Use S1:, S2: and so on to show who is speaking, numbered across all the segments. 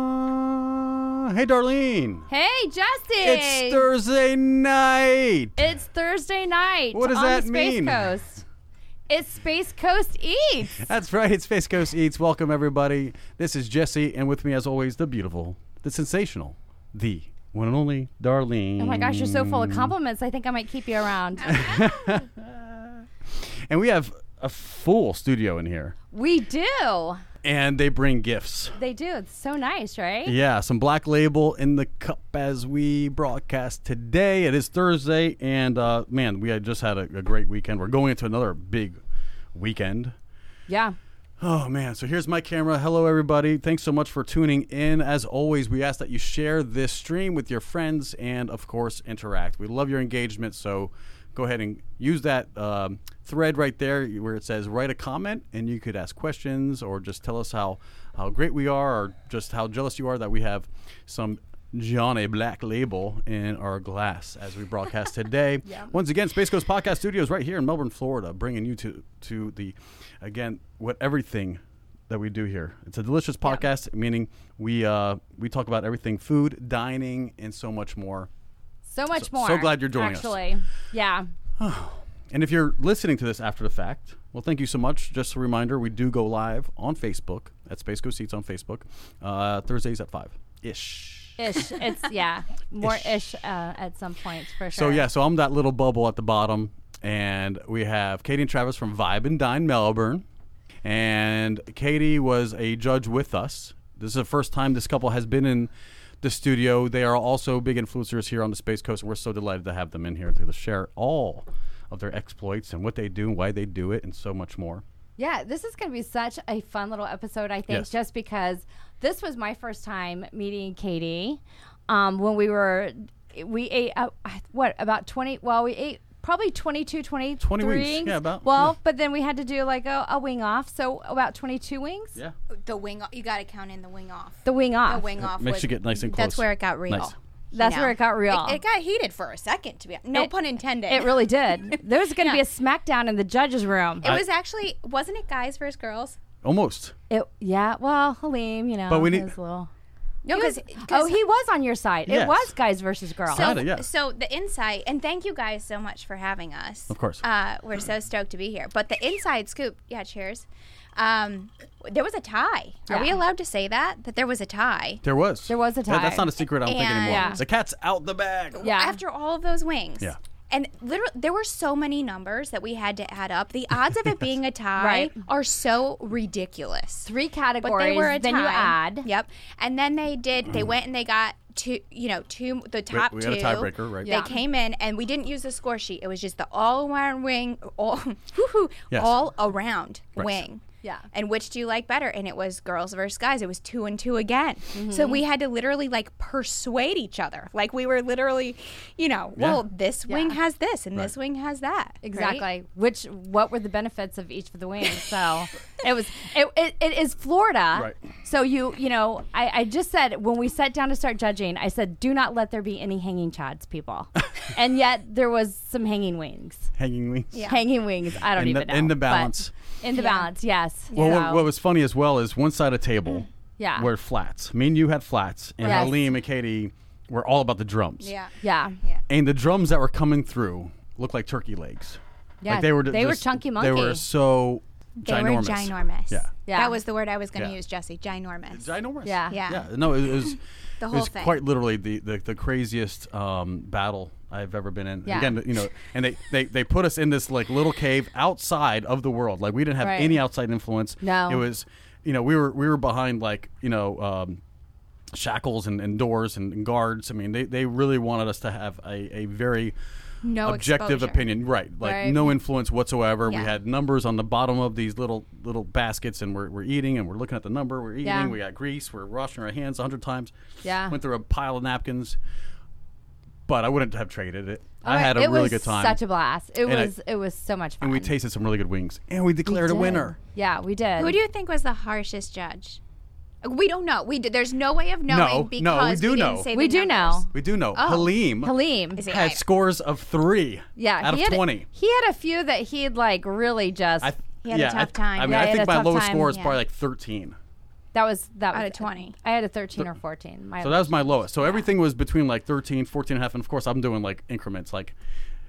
S1: Uh, hey, Darlene.
S2: Hey, Justin!
S1: It's Thursday night.
S2: It's Thursday night.
S1: What does
S2: on
S1: that
S2: the Space
S1: mean?
S2: Coast. It's Space Coast Eats.
S1: That's right. It's Space Coast Eats. Welcome, everybody. This is Jesse, and with me, as always, the beautiful, the sensational, the one and only Darlene.
S2: Oh my gosh, you're so full of compliments. I think I might keep you around.
S1: And we have a full studio in here,
S2: we do.
S1: and they bring gifts.
S2: They do. It's so nice, right?
S1: Yeah, some black label in the cup as we broadcast today. It is Thursday, and uh, man, we had just had a, a great weekend. We're going into another big weekend.
S2: Yeah.
S1: Oh man, so here's my camera. Hello everybody. Thanks so much for tuning in. As always, we ask that you share this stream with your friends and of course interact. We love your engagement, so go ahead and use that um, thread right there where it says write a comment and you could ask questions or just tell us how how great we are or just how jealous you are that we have some Johnny Black label in our glass as we broadcast today. Once again, Space Coast Podcast Studios right here in Melbourne, Florida, bringing you to to the again what everything that we do here. It's a delicious podcast, meaning we uh, we talk about everything food, dining, and so much more.
S2: So much
S1: So-
S2: more.
S1: so glad you're joining us.
S2: actually. Yeah.
S1: And if you're listening to this after the fact, well, thank you so much. Just a reminder, we do go live on Facebook at Space Coast Seats on Facebook uh, Thursdays at five ish.
S2: Ish. It's, yeah. More ish, uh, at some point, for
S1: So
S2: sure.
S1: yeah, so I'm that little bubble at the bottom, and we have Katie and Travis from Vibe and Dine Melbourne, and Katie was a judge with us. This is the first time this couple has been in the studio. They are also big influencers here on the Space Coast, and we're so delighted to have them in here to share all of their exploits and what they do and why they do it and so much more.
S2: Yeah, this is going to be such a fun little episode, I think,
S1: Yes.
S2: just because this was my first time meeting Katie um, when we were, we ate, uh, what, about 20, well, we ate probably 22, 23
S1: 20 wings.
S2: wings.
S1: Yeah, about-
S2: Well,
S1: yeah.
S2: but then we had to do like a, a wing off, so about 22 wings?
S1: Yeah,
S3: the wing off. You got to count in the wing off.
S2: The wing off.
S3: The wing off.
S1: makes
S3: was-
S1: you get nice and close.
S3: That's where it got real.
S1: Nice.
S3: you
S2: That's where it got real.
S3: It, it got heated for a second, to be no
S2: It-
S3: pun intended.
S2: It really did. There was going to be a smackdown in the judges' room.
S3: It was actually wasn't it guys versus girls?
S1: almost.
S2: It, yeah, well, Halim, you know,
S1: But we
S2: he
S1: need-
S2: was a little.
S3: No,
S2: he was-
S3: because
S2: oh, he was on your side.
S1: Yes.
S2: It was guys versus girls.
S3: So,
S1: Kinda, yeah.
S3: so the insight, and thank you guys so much for having us.
S1: Of course.
S3: uh, we're so stoked to be here. But the inside scoop, yeah, cheers. Um, there was a tie. Are we
S2: Yeah.
S3: allowed to say that? That there was a tie
S1: There was.
S2: There was a
S1: That- that's
S2: tie.
S1: not a secret. I don't think
S3: And-
S1: anymore.
S2: Yeah.
S1: The cat's out the bag.
S2: Yeah.
S3: after all of those wings.
S1: Yeah.
S3: And literally, there were so many numbers that we had to add up. The odds of it being a tie
S2: Right.
S3: are so ridiculous.
S2: three
S3: but
S2: categories.
S3: they were a
S2: then
S3: tie.
S2: you add.
S3: Yep. And then they did. They went and they got two. You know, two the top
S1: we
S3: two.
S1: had a tiebreaker, right?
S3: They
S2: Yeah.
S3: came in and we didn't use the score sheet. It was just the all around wing, all woo-hoo,
S1: Yes.
S3: all around
S1: Right.
S3: wing.
S2: Yeah.
S3: And which do you like better? And it was girls versus guys. It was two and two again. So
S2: Mm-hmm.
S3: we had to literally like persuade each other. Like we were literally, you know,
S1: Yeah.
S3: well, this wing
S2: Yeah.
S3: has this and this wing has that. right?
S2: Exactly. Which what were the benefits of each of the wings? So it was it, it, it is Florida.
S1: Right.
S2: So you you know I, I just said when we sat down to start judging I said do not let there be any hanging chads people, and yet there was some hanging wings.
S1: Hanging wings.
S3: Yeah.
S2: Hanging wings. I don't
S1: In the-
S2: even know.
S1: in the
S2: but
S1: balance.
S2: In the balance. Yes.
S1: Well,
S2: So,
S1: what, what was funny as well is one side of
S2: Mm.
S1: table
S2: Yeah.
S1: were flats. Me and you had flats, and
S2: Yes.
S1: Halim and Katie were all about the drums.
S3: Yeah.
S2: yeah.
S3: Yeah.
S1: And the drums that were coming through looked like turkey legs.
S2: Yeah,
S1: Like they were.
S2: they were
S1: just-
S2: chunky
S1: They were
S2: monkey.
S1: so
S3: They
S1: ginormous.
S3: were ginormous.
S1: Yeah.
S2: Yeah.
S3: That was the word I was going to
S1: Yeah.
S3: use, Jesse. Ginormous.
S1: Ginormous.
S2: Yeah.
S3: Yeah.
S1: Yeah. No, it, it was.
S3: The
S1: it
S3: whole
S1: was
S3: thing.
S1: quite literally the, the, the craziest um, battle I've ever been in.
S2: Yeah.
S1: Again, you know, and they, they, they put us in this like little cave outside of the world. Like we didn't have
S2: Right.
S1: any outside influence.
S2: No.
S1: It was, you know, we were we were behind like you know. Um, shackles and, and doors and, and guards i mean they, they really wanted us to have a, a very
S3: No
S1: objective
S3: exposure.
S1: opinion right like
S2: Oh, Right.
S1: no influence whatsoever we
S3: Yeah.
S1: had numbers on the bottom of these little little baskets and we're, we're eating and we're looking at the number we're eating
S2: Yeah.
S1: we got grease we're washing our hands a hundred times
S2: Yeah.
S1: went through a pile of napkins but i wouldn't have traded it
S2: All
S1: i
S2: right,
S1: had a
S2: it
S1: really
S2: was
S1: good time
S2: Such a blast. It
S1: And I-
S2: was it was so much fun.
S1: and we tasted some really good wings and we
S2: We
S1: declared a
S2: did.
S1: winner
S2: Yeah, we did.
S3: Who do you think was the harshest judge? We don't know. We d- there's no way of knowing
S1: No, no, we
S3: because
S1: do
S3: didn't
S1: know.
S3: say
S2: we
S3: the
S2: do
S3: numbers.
S2: know.
S1: we do know halim
S2: Oh, Halim.
S3: Is he
S1: had
S3: higher?
S1: scores of three
S2: Yeah,
S1: out
S2: he
S1: of
S2: had,
S1: 20
S2: He had a few that he'd like really just.
S1: I th-
S3: He had a
S1: yeah, I
S3: tough
S1: th-
S3: time.
S1: i mean
S3: Yeah,
S1: i
S2: he had
S1: think
S2: a
S1: my
S2: tough
S1: lowest
S2: time,
S1: score is
S3: yeah.
S1: probably like 13
S2: That was that
S3: Out
S2: was
S3: of 20.
S2: I had a 13 or 14. My
S1: So that was my lowest. So everything was between like 13, 14 and a half. And of course, I'm doing like increments, like,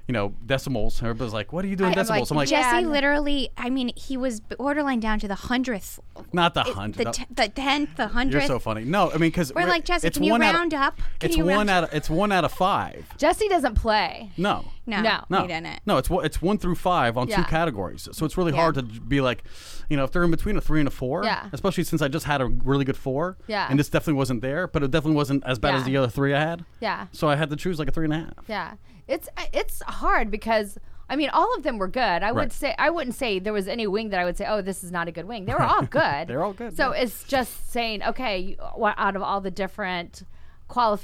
S1: you know, decimals. Everybody's like, what are you doing
S3: I'm
S1: decimals? I'm like,
S3: Jesse
S2: Yeah.
S3: literally, I mean, he was borderline down to the hundredth.
S1: not the
S3: it-
S1: hundred.
S3: The,
S1: That-
S3: t- the tenth, the
S1: You're
S3: hundredth.
S1: so funny. No, I mean, because
S3: We're like, Jesse, can you round up? Can
S1: it's
S3: you
S1: one
S3: round-
S1: out. Of, it's one out of five.
S2: Jesse doesn't play.
S1: No.
S3: no,
S2: No.
S1: No.
S3: he didn't.
S1: No, it's one, it's one through five on two
S2: Yeah.
S1: categories. So it's really
S2: Yeah.
S1: hard to be like, you know, if they're in between a three and a four,
S2: Yeah.
S1: especially since I just had a really good four.
S2: Yeah.
S1: And this definitely wasn't there, but it definitely wasn't as bad as
S2: Yeah.
S1: the other three I had.
S2: Yeah.
S1: So I had to choose like a three and a half.
S2: Yeah, it's it's hard because I mean all of them were good. I
S1: Right.
S2: would say I wouldn't say there was any wing that I would say oh this is not a good wing. They were all good.
S1: They're all good,
S2: So
S1: yeah.
S2: it's just saying okay you- what out of all the different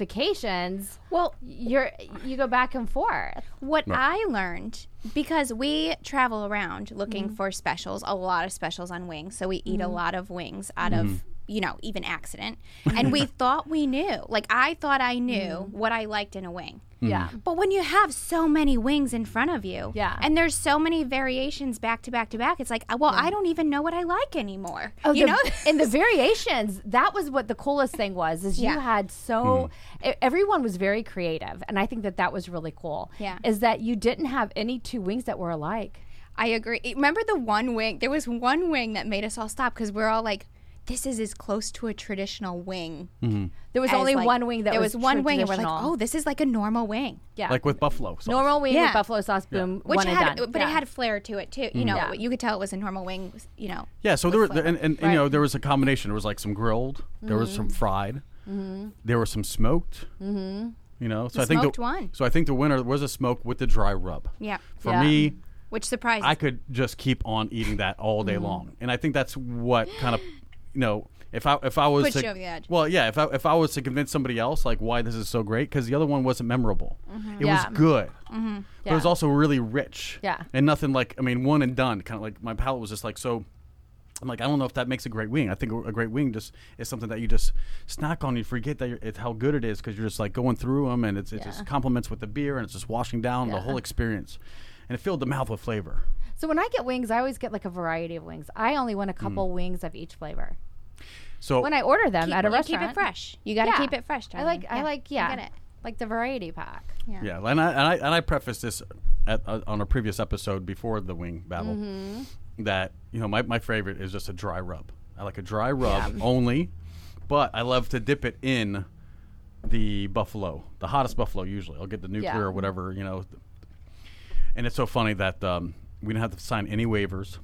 S2: qualifications,
S3: Well,
S2: you're you go back and forth.
S3: What I learned because we travel around looking
S2: Mm-hmm.
S3: for specials, a lot of specials on wings. So we eat a lot of wings out of, you know, even accident. and we thought we knew. Like I thought I knew
S2: Mm-hmm.
S3: what I liked in a wing.
S1: Hmm.
S2: Yeah.
S3: But when you have so many wings in front of you,
S2: Yeah.
S3: and there's so many variations back to back to back, it's like, uh, well, I don't even know what I like anymore.
S2: Oh,
S3: you
S2: the-
S3: know,
S2: and the variations. That was what the coolest thing was. Is you
S3: Yeah.
S2: had so
S1: Hmm.
S2: e- everyone was very creative, and I think that that was really cool.
S3: Yeah.
S2: is that you didn't have any two wings that were alike.
S3: I agree. Remember the one wing? There was one wing that made us all stop because we're all like, this is as close to a traditional wing.
S2: There was
S3: as,
S2: only
S3: like-
S2: one wing that
S3: there
S2: was
S3: one wing, and we're like,
S2: traditional.
S3: oh, this is like a normal wing.
S2: yeah,
S1: Like with buffalo. Sauce.
S2: normal wing
S3: Yeah.
S2: with buffalo sauce. Boom,
S3: Which
S2: one
S3: had,
S2: and done.
S3: but
S2: Yeah. Mm-hmm.
S3: it had flair to it too. You know,
S2: Yeah.
S3: you could tell it was a normal wing. You know,
S1: Yeah, so there were, and, and, and,
S2: Right.
S1: you know there was a combination. There was like some grilled, there was some fried, there was some smoked. Mm-hmm. You know, so I think
S3: smoked
S1: the
S3: one.
S1: so I think the winner was a smoke with the dry rub.
S3: yeah,
S1: For
S2: Yeah.
S1: me,
S3: which surprised. Mm-hmm.
S1: I could just keep on eating that all day long, and I think that's what kind of you know if I if I was
S3: Puts
S1: to,
S3: you over the edge.
S1: well yeah if I if I was to convince somebody else like why this is so great because the other one wasn't memorable.
S3: Mm-hmm.
S1: It
S2: Yeah.
S1: was good. But it was
S2: Yeah.
S1: also really rich.
S2: Yeah.
S1: And nothing like I mean one and done kind of like my palate was just like so. I'm like, I don't know if that makes a great wing. I think a great wing just is something that you just snack on. You forget that you're, it's how good it is because you're just like going through them, and it's, it just complements with the beer, and it's just washing down the
S2: Yeah.
S1: whole experience, and it filled the mouth with flavor.
S2: so when I get wings, I always get like a variety of wings. I only want a
S1: Hmm.
S2: couple wings of each flavor
S1: So
S2: when I order them
S3: keep,
S2: at a
S3: you
S2: restaurant.
S3: keep it fresh. You got to
S2: Yeah.
S3: keep it fresh.
S2: I like.
S3: darling.
S2: I like. Yeah,
S3: get it.
S2: like the variety pack.
S1: yeah, and I and I, and I prefaced this at, uh, on a previous episode before the wing battle that you know my, my favorite is just a dry rub. I like a dry rub only, but I love to dip it in the buffalo, the hottest buffalo usually. I'll get the nuclear
S2: Yeah.
S1: or whatever you know. And it's so funny that um, we didn't have to sign any waivers.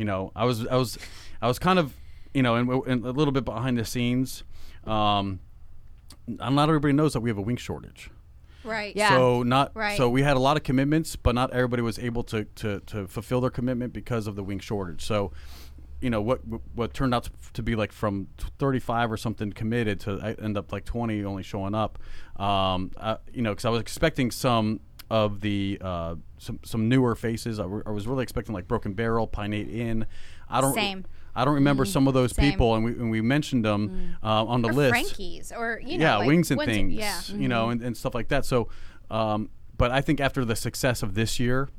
S1: you know i was i was i was kind of you know and, and a little bit behind the scenes um and not everybody knows that we have a wing shortage
S3: Right.
S2: Yeah.
S1: so not
S3: Right.
S1: so we had a lot of commitments but not everybody was able to to, to fulfill their commitment because of the wing shortage so you know what what turned out to, to be like from 35 or something committed to I end up like 20 only showing up um uh, you know because i was expecting some of the uh some some newer faces I were- I was really expecting like broken barrel pineate inn i don't
S3: Same. Mm-hmm.
S1: i don't remember some of those
S3: Same. Mm.
S1: people and we, and we mentioned them uh, on the list
S3: Frankie's or you know,
S1: yeah,
S3: like,
S1: wings and
S3: ones that-
S1: things,
S3: Yeah.
S1: you know, and, and stuff like that. So, um, but I think after the success of this year,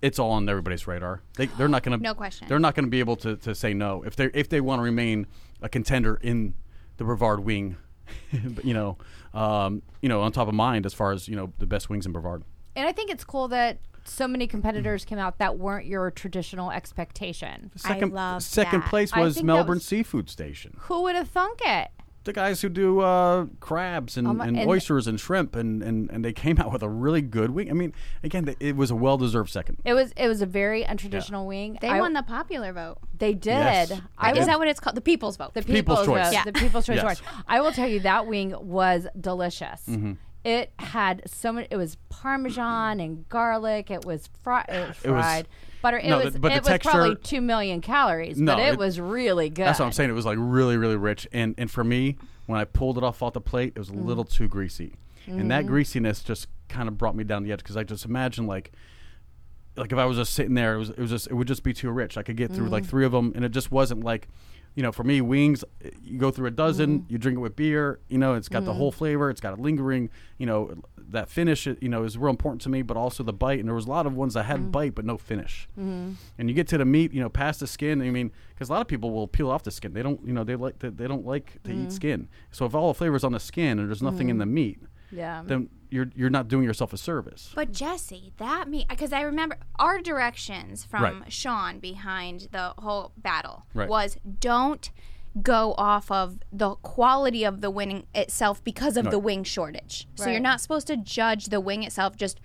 S1: it's all on everybody's radar. They, they're not going to
S3: Mm. No question.
S1: They're not going to be able to, to say no if they if they want to remain a contender in the Brevard wing, you know, um, you know, on top of mind as far as you know the best wings in Brevard.
S2: And I think it's cool that so many competitors came out that weren't your traditional expectation.
S3: I
S1: Second,
S3: love
S1: second
S3: that.
S1: place
S2: I
S1: was
S2: think that
S1: Melbourne
S2: was-
S1: Seafood Station.
S2: Who would have thunk it?
S1: The guys who do uh, crabs and,
S2: Um,
S1: and,
S2: and-
S1: oysters and shrimp and, and, and they came out with a really good wing. I mean, again, th- it was a well deserved second.
S2: It was it was a very untraditional wing.
S3: They
S2: I-
S3: won the popular vote.
S2: They did.
S1: Yes, they
S2: I
S1: did.
S2: was
S3: Is that what it's called? The people's vote.
S2: the
S1: People's
S2: people's,
S1: choice.
S2: choice.
S1: Yeah.
S2: The people's choice.
S1: Yes. Mm-hmm.
S2: award. I will tell you that wing was delicious. It had so many. It was parmesan and garlic. It was, fri- it was
S1: It was-
S2: fried butter. It
S1: no,
S2: was.
S1: the- but the
S2: it was probably
S1: texture-
S2: two million calories,
S1: No,
S2: but it,
S1: it-
S2: was really good.
S1: That's what I'm saying. It was like really, really rich. And and for me, when I pulled it off off the plate, it was a little too greasy, and that greasiness just kind of brought me down the edge because I just imagine like like if I was just sitting there, it was it was just it would just be too rich. I could get through like three of them, and it just wasn't like, you know, for me wings. You go through a dozen, you drink it with beer. You know, it's got the whole flavor. It's got a lingering. You know, that finish. You know, is real important to me, but also the bite. And there was a lot of ones that had bite but no finish. And you get to the meat, you know, past the skin. I mean, because a lot of people will peel off the skin. They don't, you know, they like to, they don't like to eat skin. So if all the flavors on the skin and there's nothing in the meat,
S2: Yeah.
S1: then you're you're not doing yourself a service.
S3: But Jesse, that me because I remember our directions from
S1: Right.
S3: Sean behind the whole battle
S1: Right.
S3: was don't go off of the quality of the wing itself because of the wing shortage. So you're
S2: Right.
S3: not supposed to judge the wing itself, just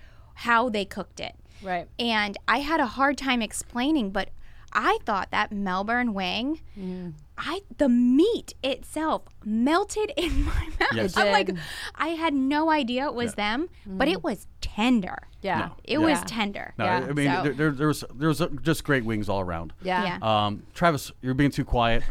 S3: how they cooked it.
S2: Right.
S3: And I had a hard time explaining, but I thought that Melbourne wing,
S2: Mm.
S3: I the meat itself melted in my mouth.
S1: Yes. It
S3: I'm like,
S2: did. Mm.
S3: I had no idea it was them, but it was tender.
S2: Yeah.
S3: It was
S2: Yeah.
S3: tender.
S1: No,
S2: Yeah.
S1: I mean
S3: So-
S1: there, there, there's there's uh, just great wings all around.
S2: Yeah.
S3: Yeah.
S1: Um, Travis, you're being too quiet.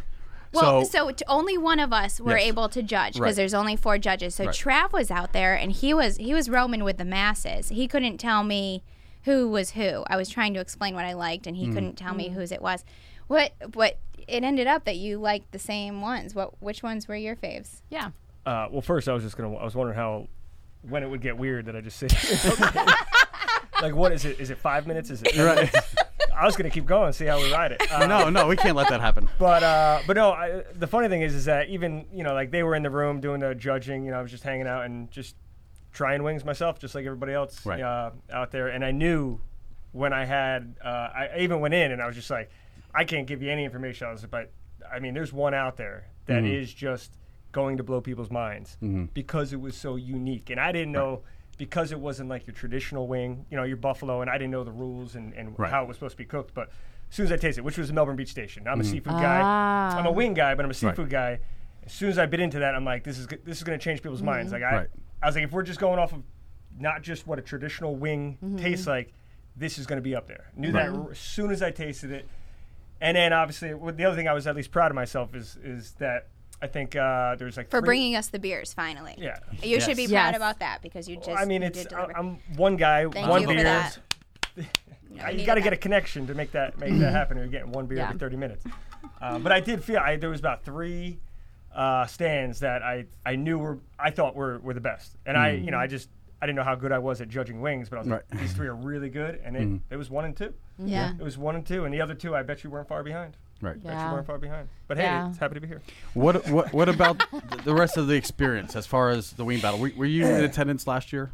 S3: Well,
S1: so,
S3: so, t only one of us were
S1: Yes.
S3: able to judge because
S1: Right.
S3: there's only four judges. So
S1: Right.
S3: Trav was out there, and he was he was roaming with the masses. He couldn't tell me who was who. I was trying to explain what I liked, and he
S4: Mm.
S3: couldn't tell
S2: Mm.
S3: me whose it was. What what it ended up that you liked the same ones. What which ones were your faves?
S2: Yeah.
S4: Uh, well, first I was just gonna. I was wondering how, when it would get weird that I just said. Okay. like, what is it? Is it five minutes? Is it?
S1: right.
S4: I was gonna keep going, see how we ride it. Uh,
S1: no, no, we can't let that happen.
S4: But uh, but no. I, the funny thing is, is that even you know, like they were in the room doing the judging. You know, I was just hanging out and just trying wings myself, just like everybody else
S1: Right.
S4: uh, out there. And I knew when I had. Uh, I, I even went in and I was just like, I can't give you any information on this, but I mean, there's one out there that is
S1: Mm-hmm.
S4: just going to blow people's minds because it was so unique, and I didn't know. Because it wasn't like your traditional wing, you know, your buffalo, and I didn't know the rules and, and
S1: Right.
S4: how it was supposed to be cooked. But as soon as I tasted it, which was the Melbourne Beach Station,
S1: Mm-hmm.
S4: I'm a seafood guy.
S2: Ah.
S4: I'm a wing guy, but I'm a seafood guy. As soon as I bit into that, I'm like, this is g- this is going to change people's minds.
S3: Mm-hmm.
S4: Like I,
S1: Right.
S4: I was like, if we're just going off of not just what a traditional wing
S3: Mm-hmm.
S4: tastes like, this is going to be up there. Knew that r- as soon as I tasted it. And then obviously, well, the other thing I was at least proud of myself is is that I think uh, there's like
S3: For
S4: three-
S3: bringing us the beers finally.
S4: Yeah.
S3: You should be
S2: Yes.
S3: proud
S2: Yes.
S3: about that because you just.
S4: I mean,
S3: you
S4: it's
S3: did
S4: I,
S3: deliver.
S4: I'm one guy,
S3: Thank
S4: one
S3: you
S4: beer.
S3: for that.
S4: I- you
S3: needed
S4: got to
S3: that.
S4: get a connection to make that make that happen. You're getting one beer
S2: Yeah.
S4: every 30 minutes. Uh, but I did feel I, there was about three uh, stands that I, I knew were I thought were, were the best, and I you know I just I didn't know how good I was at judging wings, but I was
S1: Mm. Right. Mm-hmm.
S4: like these three are really good, and it, it was one and two.
S3: Yeah.
S4: It was one and two, and the other two I bet you weren't far behind.
S1: Right.
S4: Bet you
S2: Yeah.
S4: weren't far behind. But hey,
S2: Yeah.
S4: it's happy to be here.
S1: What what what about th- the rest of the experience as far as the wing battle? Were, were you in attendance last year?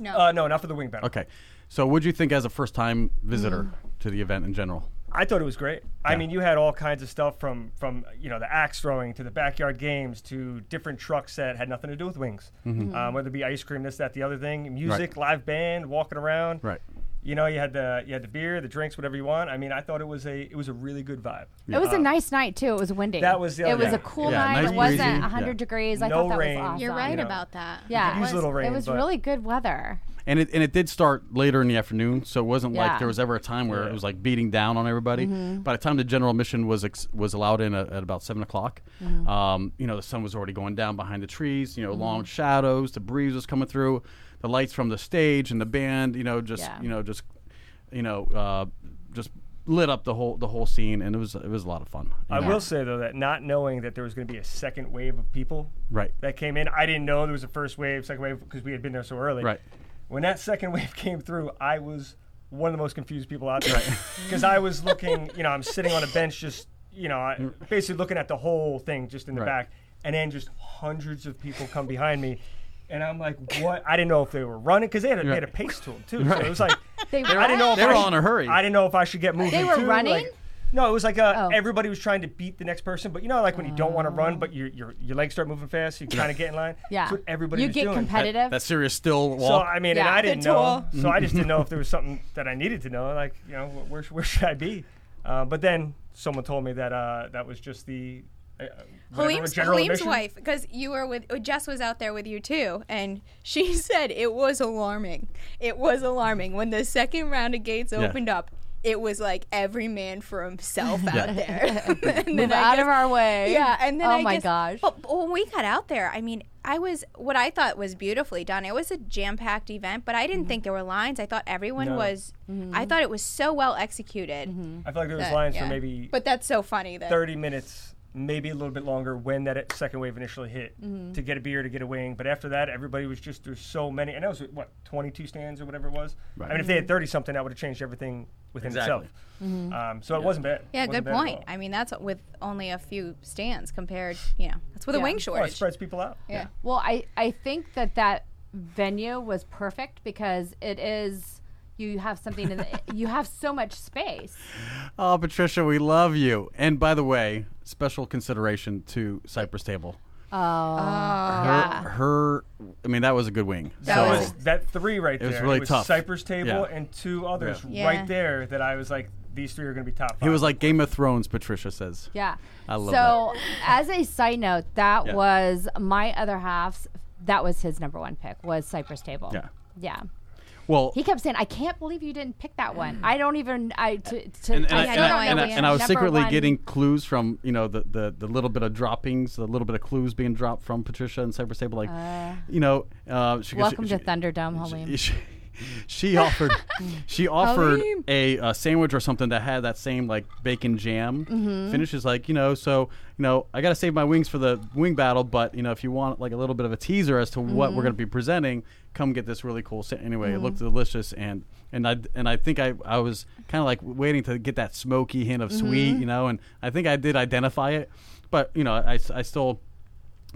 S3: no.
S4: Uh, no, not for the wing battle.
S1: Okay. So, what'd you think as a first time visitor
S2: Mm.
S1: to the event in general?
S4: I thought it was great. I mean, you had all kinds of stuff from from you know the axe throwing to the backyard games to different trucks that had nothing to do with wings, um, whether it be ice cream, this, that, the other thing, music, live band, walking around.
S1: Right.
S4: You know, you had the you had the beer, the drinks, whatever you want. I mean, I thought it was a it was a really good vibe.
S2: It was a nice night too. It was windy.
S4: That was the
S2: It
S4: other-
S2: was
S4: yeah.
S2: a cool
S1: Yeah,
S2: night.
S1: nice
S2: it
S1: breezy.
S2: wasn't hundred
S1: Yeah.
S2: degrees. I
S4: No
S2: thought that
S4: rain.
S2: was awesome.
S3: You're right
S4: know.
S3: about that.
S2: Yeah. it
S4: could use a
S2: was,
S4: little rain,
S2: It was
S4: but-
S2: really good weather.
S1: And it and it did start later in the afternoon, so it wasn't like
S2: Yeah. Mm-hmm.
S1: there was ever a time where
S4: Yeah.
S1: it was like beating down on everybody. By the time the general admission was ex- was allowed in uh, at, at about seven o'clock,
S2: Mm-hmm.
S1: um, you know the sun was already going down behind the trees. You know, long shadows, the breeze was coming through, the lights from the stage and the band. You know, just
S2: Yeah.
S1: you know just you know uh, just lit up the whole the whole scene, and it was it was a lot of fun. you
S4: I
S1: know.
S4: will say though that not knowing that there was going to be a second wave of people
S1: Right.
S4: that came in, I didn't know there was a first wave, second wave because we had been there so early.
S1: Right.
S4: When that second wave came through, I was one of the most confused people out there because I was looking, you know, I'm sitting on a bench just, you know, I, basically looking at the whole thing just in the
S1: Mm. Right.
S4: back, and then just hundreds of people come behind me. And I'm like, what? I didn't know if they were running because they, had a they had a pace to them too. So it was like,
S2: They
S4: I didn't know if
S1: They were
S4: I
S1: all
S4: should-
S1: in a hurry.
S4: I didn't know if I should get moving.
S2: They were
S4: too,
S2: running?
S4: like- no, it was like uh
S2: Oh.
S4: everybody was trying to beat the next person, but you know, like when you don't want to run, but your your your legs start moving fast, you kind of get in line.
S2: Yeah.
S4: That's what everybody
S2: you
S4: was
S2: get
S4: doing.
S2: competitive.
S1: That serious still
S4: So
S1: walk.
S4: I mean, and
S2: Yeah.
S4: I didn't
S2: They're
S4: know,
S2: tall.
S4: so I just didn't know if there was something that I needed to know, like you know, wh- where sh- where should I be? Uh, but then someone told me that uh, that was just the. Uh, whatever,
S3: Halim's,
S4: general
S3: Halim's
S4: admission.
S3: wife, because you were with uh, Jess was out there with you too, and she said it was alarming. It was alarming when the second round of gates opened up. It was like every man for himself out there. and
S2: Move
S3: I
S2: out
S3: guess-
S2: of our way.
S3: Yeah, and then
S2: oh
S3: I
S2: my
S3: guess-
S2: gosh.
S3: But, but when we got out there, I mean, I was what I thought was beautifully done. It was a jam-packed event, but I didn't
S2: Mm-hmm.
S3: think there were lines. I thought everyone
S4: No.
S3: was. I thought it was so well executed.
S2: Mm-hmm.
S4: I feel like there was
S3: that-
S4: lines for
S3: yeah.
S4: maybe
S3: But that's so funny that
S4: 30 minutes, maybe a little bit longer when that second wave initially hit to get a beer, to get a wing. But after that, everybody was just, there's so many. And that was, what, 22 stands or whatever it was? I mean, if they had 30 something, that would have changed everything within
S1: Exactly.
S4: itself. Um, so it wasn't bad.
S3: Yeah,
S4: wasn't
S3: good
S4: bad at
S3: point.
S4: all.
S3: I mean, that's with only a few stands compared. You know, that's with a
S2: Yeah.
S3: wing
S4: Well, it
S3: shortage.
S4: spreads people out.
S3: yeah.
S2: Well, I, I think that that venue was perfect because it is you have something in the, you have so much space.
S1: Oh, Patricia, we love you. And by the way, special consideration to Cypress Table.
S2: Oh.
S1: Her,
S2: Ah.
S1: her I mean, that was a good wing.
S3: That
S4: That
S1: so,
S4: was that three right there.
S1: was really tough.
S4: Cypress table
S1: Yeah.
S4: and two others
S1: Yeah.
S3: Yeah.
S4: right there that I was like, these three are going to be top. Five.
S1: he was like Game of Thrones, Patricia says.
S2: Yeah.
S1: I love
S2: so, as a side note, that
S1: Yeah.
S2: was my other half's. That was his number one pick was Cypress Table.
S1: Yeah.
S2: Yeah.
S1: Well,
S2: He kept saying, "I can't believe you didn't pick that one. I don't even. I to, to
S1: and, and,
S2: I
S1: I, and,
S2: still
S3: Yeah, no,
S1: I,
S2: don't
S1: and,
S2: know
S1: I,
S3: we-
S2: which
S1: and I was
S2: number
S1: secretly
S2: one-
S1: getting clues from you know the, the, the little bit of droppings, the little bit of clues being dropped from Patricia and Cypress Table, like you know, uh, she,
S2: Welcome
S1: she,
S2: to Thunderdome, Halim.
S1: she, she, she offered she offered a, uh sandwich or something that had that same like bacon jam. Finish is like you know, so you know, I got to save my wings for the wing battle, but you know, if you want like a little bit of a teaser as to what we're going to be presenting, come get this really cool. Sa- anyway, it looked delicious and. And I and I think I, I was kind of like waiting to get that smoky hint of sweet, you know. And I think I did identify it, but you know, I, s- I still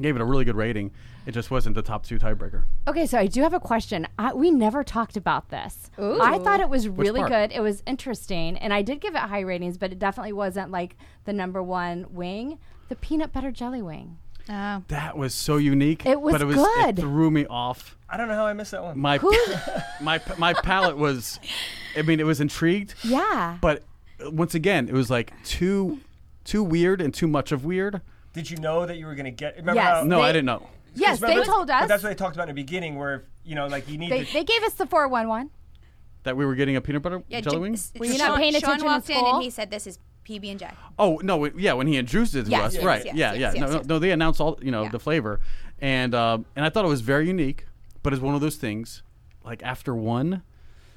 S1: gave it a really good rating. It just wasn't the top two tiebreaker.
S2: Okay, so I do have a question. I, we never talked about this.
S3: Ooh.
S2: I thought it was really
S1: part?
S2: good. It was interesting, and I did give it high ratings, but it definitely wasn't like the number one wing, the peanut butter jelly wing.
S3: Oh.
S1: That was so unique.
S2: It was
S1: but it was,
S2: good.
S1: It threw me off.
S4: I don't know how I missed that one.
S1: My my my palate was. I mean, it was intrigued,
S2: Yeah.
S1: but uh, once again, it was like too too weird and too much of weird.
S4: Did you know that you were going to get? Remember
S2: Yes.
S4: how?
S1: No, I
S2: They-
S1: didn't know.
S2: yes, they
S4: remember-
S2: told
S4: But
S2: us.
S4: that's what they talked about in the beginning, where if, you know, like you need
S2: they,
S4: to.
S2: they gave us the four one one.
S1: That we were getting a peanut butter jelly wing.
S2: Were you not paying attention in
S3: Sean walked in
S2: school?
S3: and he said, "This is PB and J."
S1: Oh no, it- yeah, when he introduced it to
S2: Yes,
S1: us,
S2: yes,
S1: right?
S3: yes,
S1: yeah,
S3: yes,
S1: yeah.
S3: yes,
S1: no,
S3: yes.
S1: no, they announced all you know
S3: Yeah.
S1: the flavor, and um, and I thought it was very unique, but it's one of those things like after one,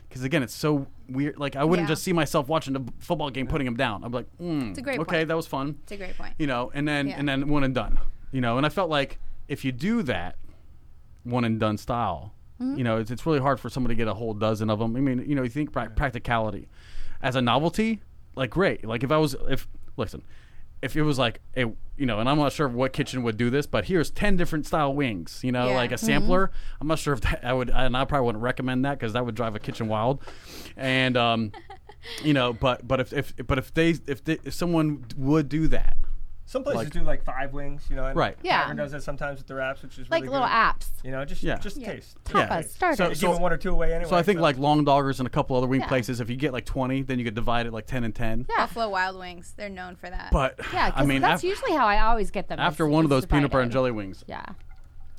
S1: because again, it's so weird. Like I wouldn't
S3: Yeah.
S1: just see myself watching a b- football game putting him down. I'm like, mm,
S3: a great
S1: okay,
S3: point.
S1: that was fun.
S3: It's a great point.
S1: You know, and then
S3: Yeah.
S1: and then one and done. You know, and I felt like if you do that, one and done style.
S3: Mm-hmm.
S1: You know, it's, it's really hard for somebody to get a whole dozen of them. I mean, you know, you think pra- practicality as a novelty, like great. Like if I was, if listen, if it was like a, you know, and I'm not sure what kitchen would do this, but here's ten different style wings. You know,
S3: Yeah. Mm-hmm.
S1: like a sampler. I'm not sure if that, I would, and I probably wouldn't recommend that because that would drive a kitchen wild. And um, you know, but but if, if but if they if they, if someone would do that,
S4: some places
S1: like-
S4: do like five wings, you know. And
S1: Right.
S2: Yeah.
S4: Tavern does that sometimes with the wraps, which is
S2: like
S4: really
S2: little
S4: good.
S2: apps.
S4: You know, just
S1: Yeah.
S4: just
S1: Yeah.
S4: taste.
S1: Yeah.
S2: Tapas,
S1: So-
S2: starters.
S4: You're giving one or two away anyway.
S1: So I think like long doggers and a couple other wing places. If you get like twenty, then you could divide it like ten and ten.
S2: Yeah.
S3: Buffalo Wild Wings. They're known for that.
S1: But
S2: yeah,
S1: I
S2: 'cause
S1: mean,
S2: that's
S1: af-
S2: usually how I always get them.
S1: after
S2: is-
S1: one of
S2: is
S1: those peanut butter and
S2: divided.
S1: jelly wings,
S2: Yeah.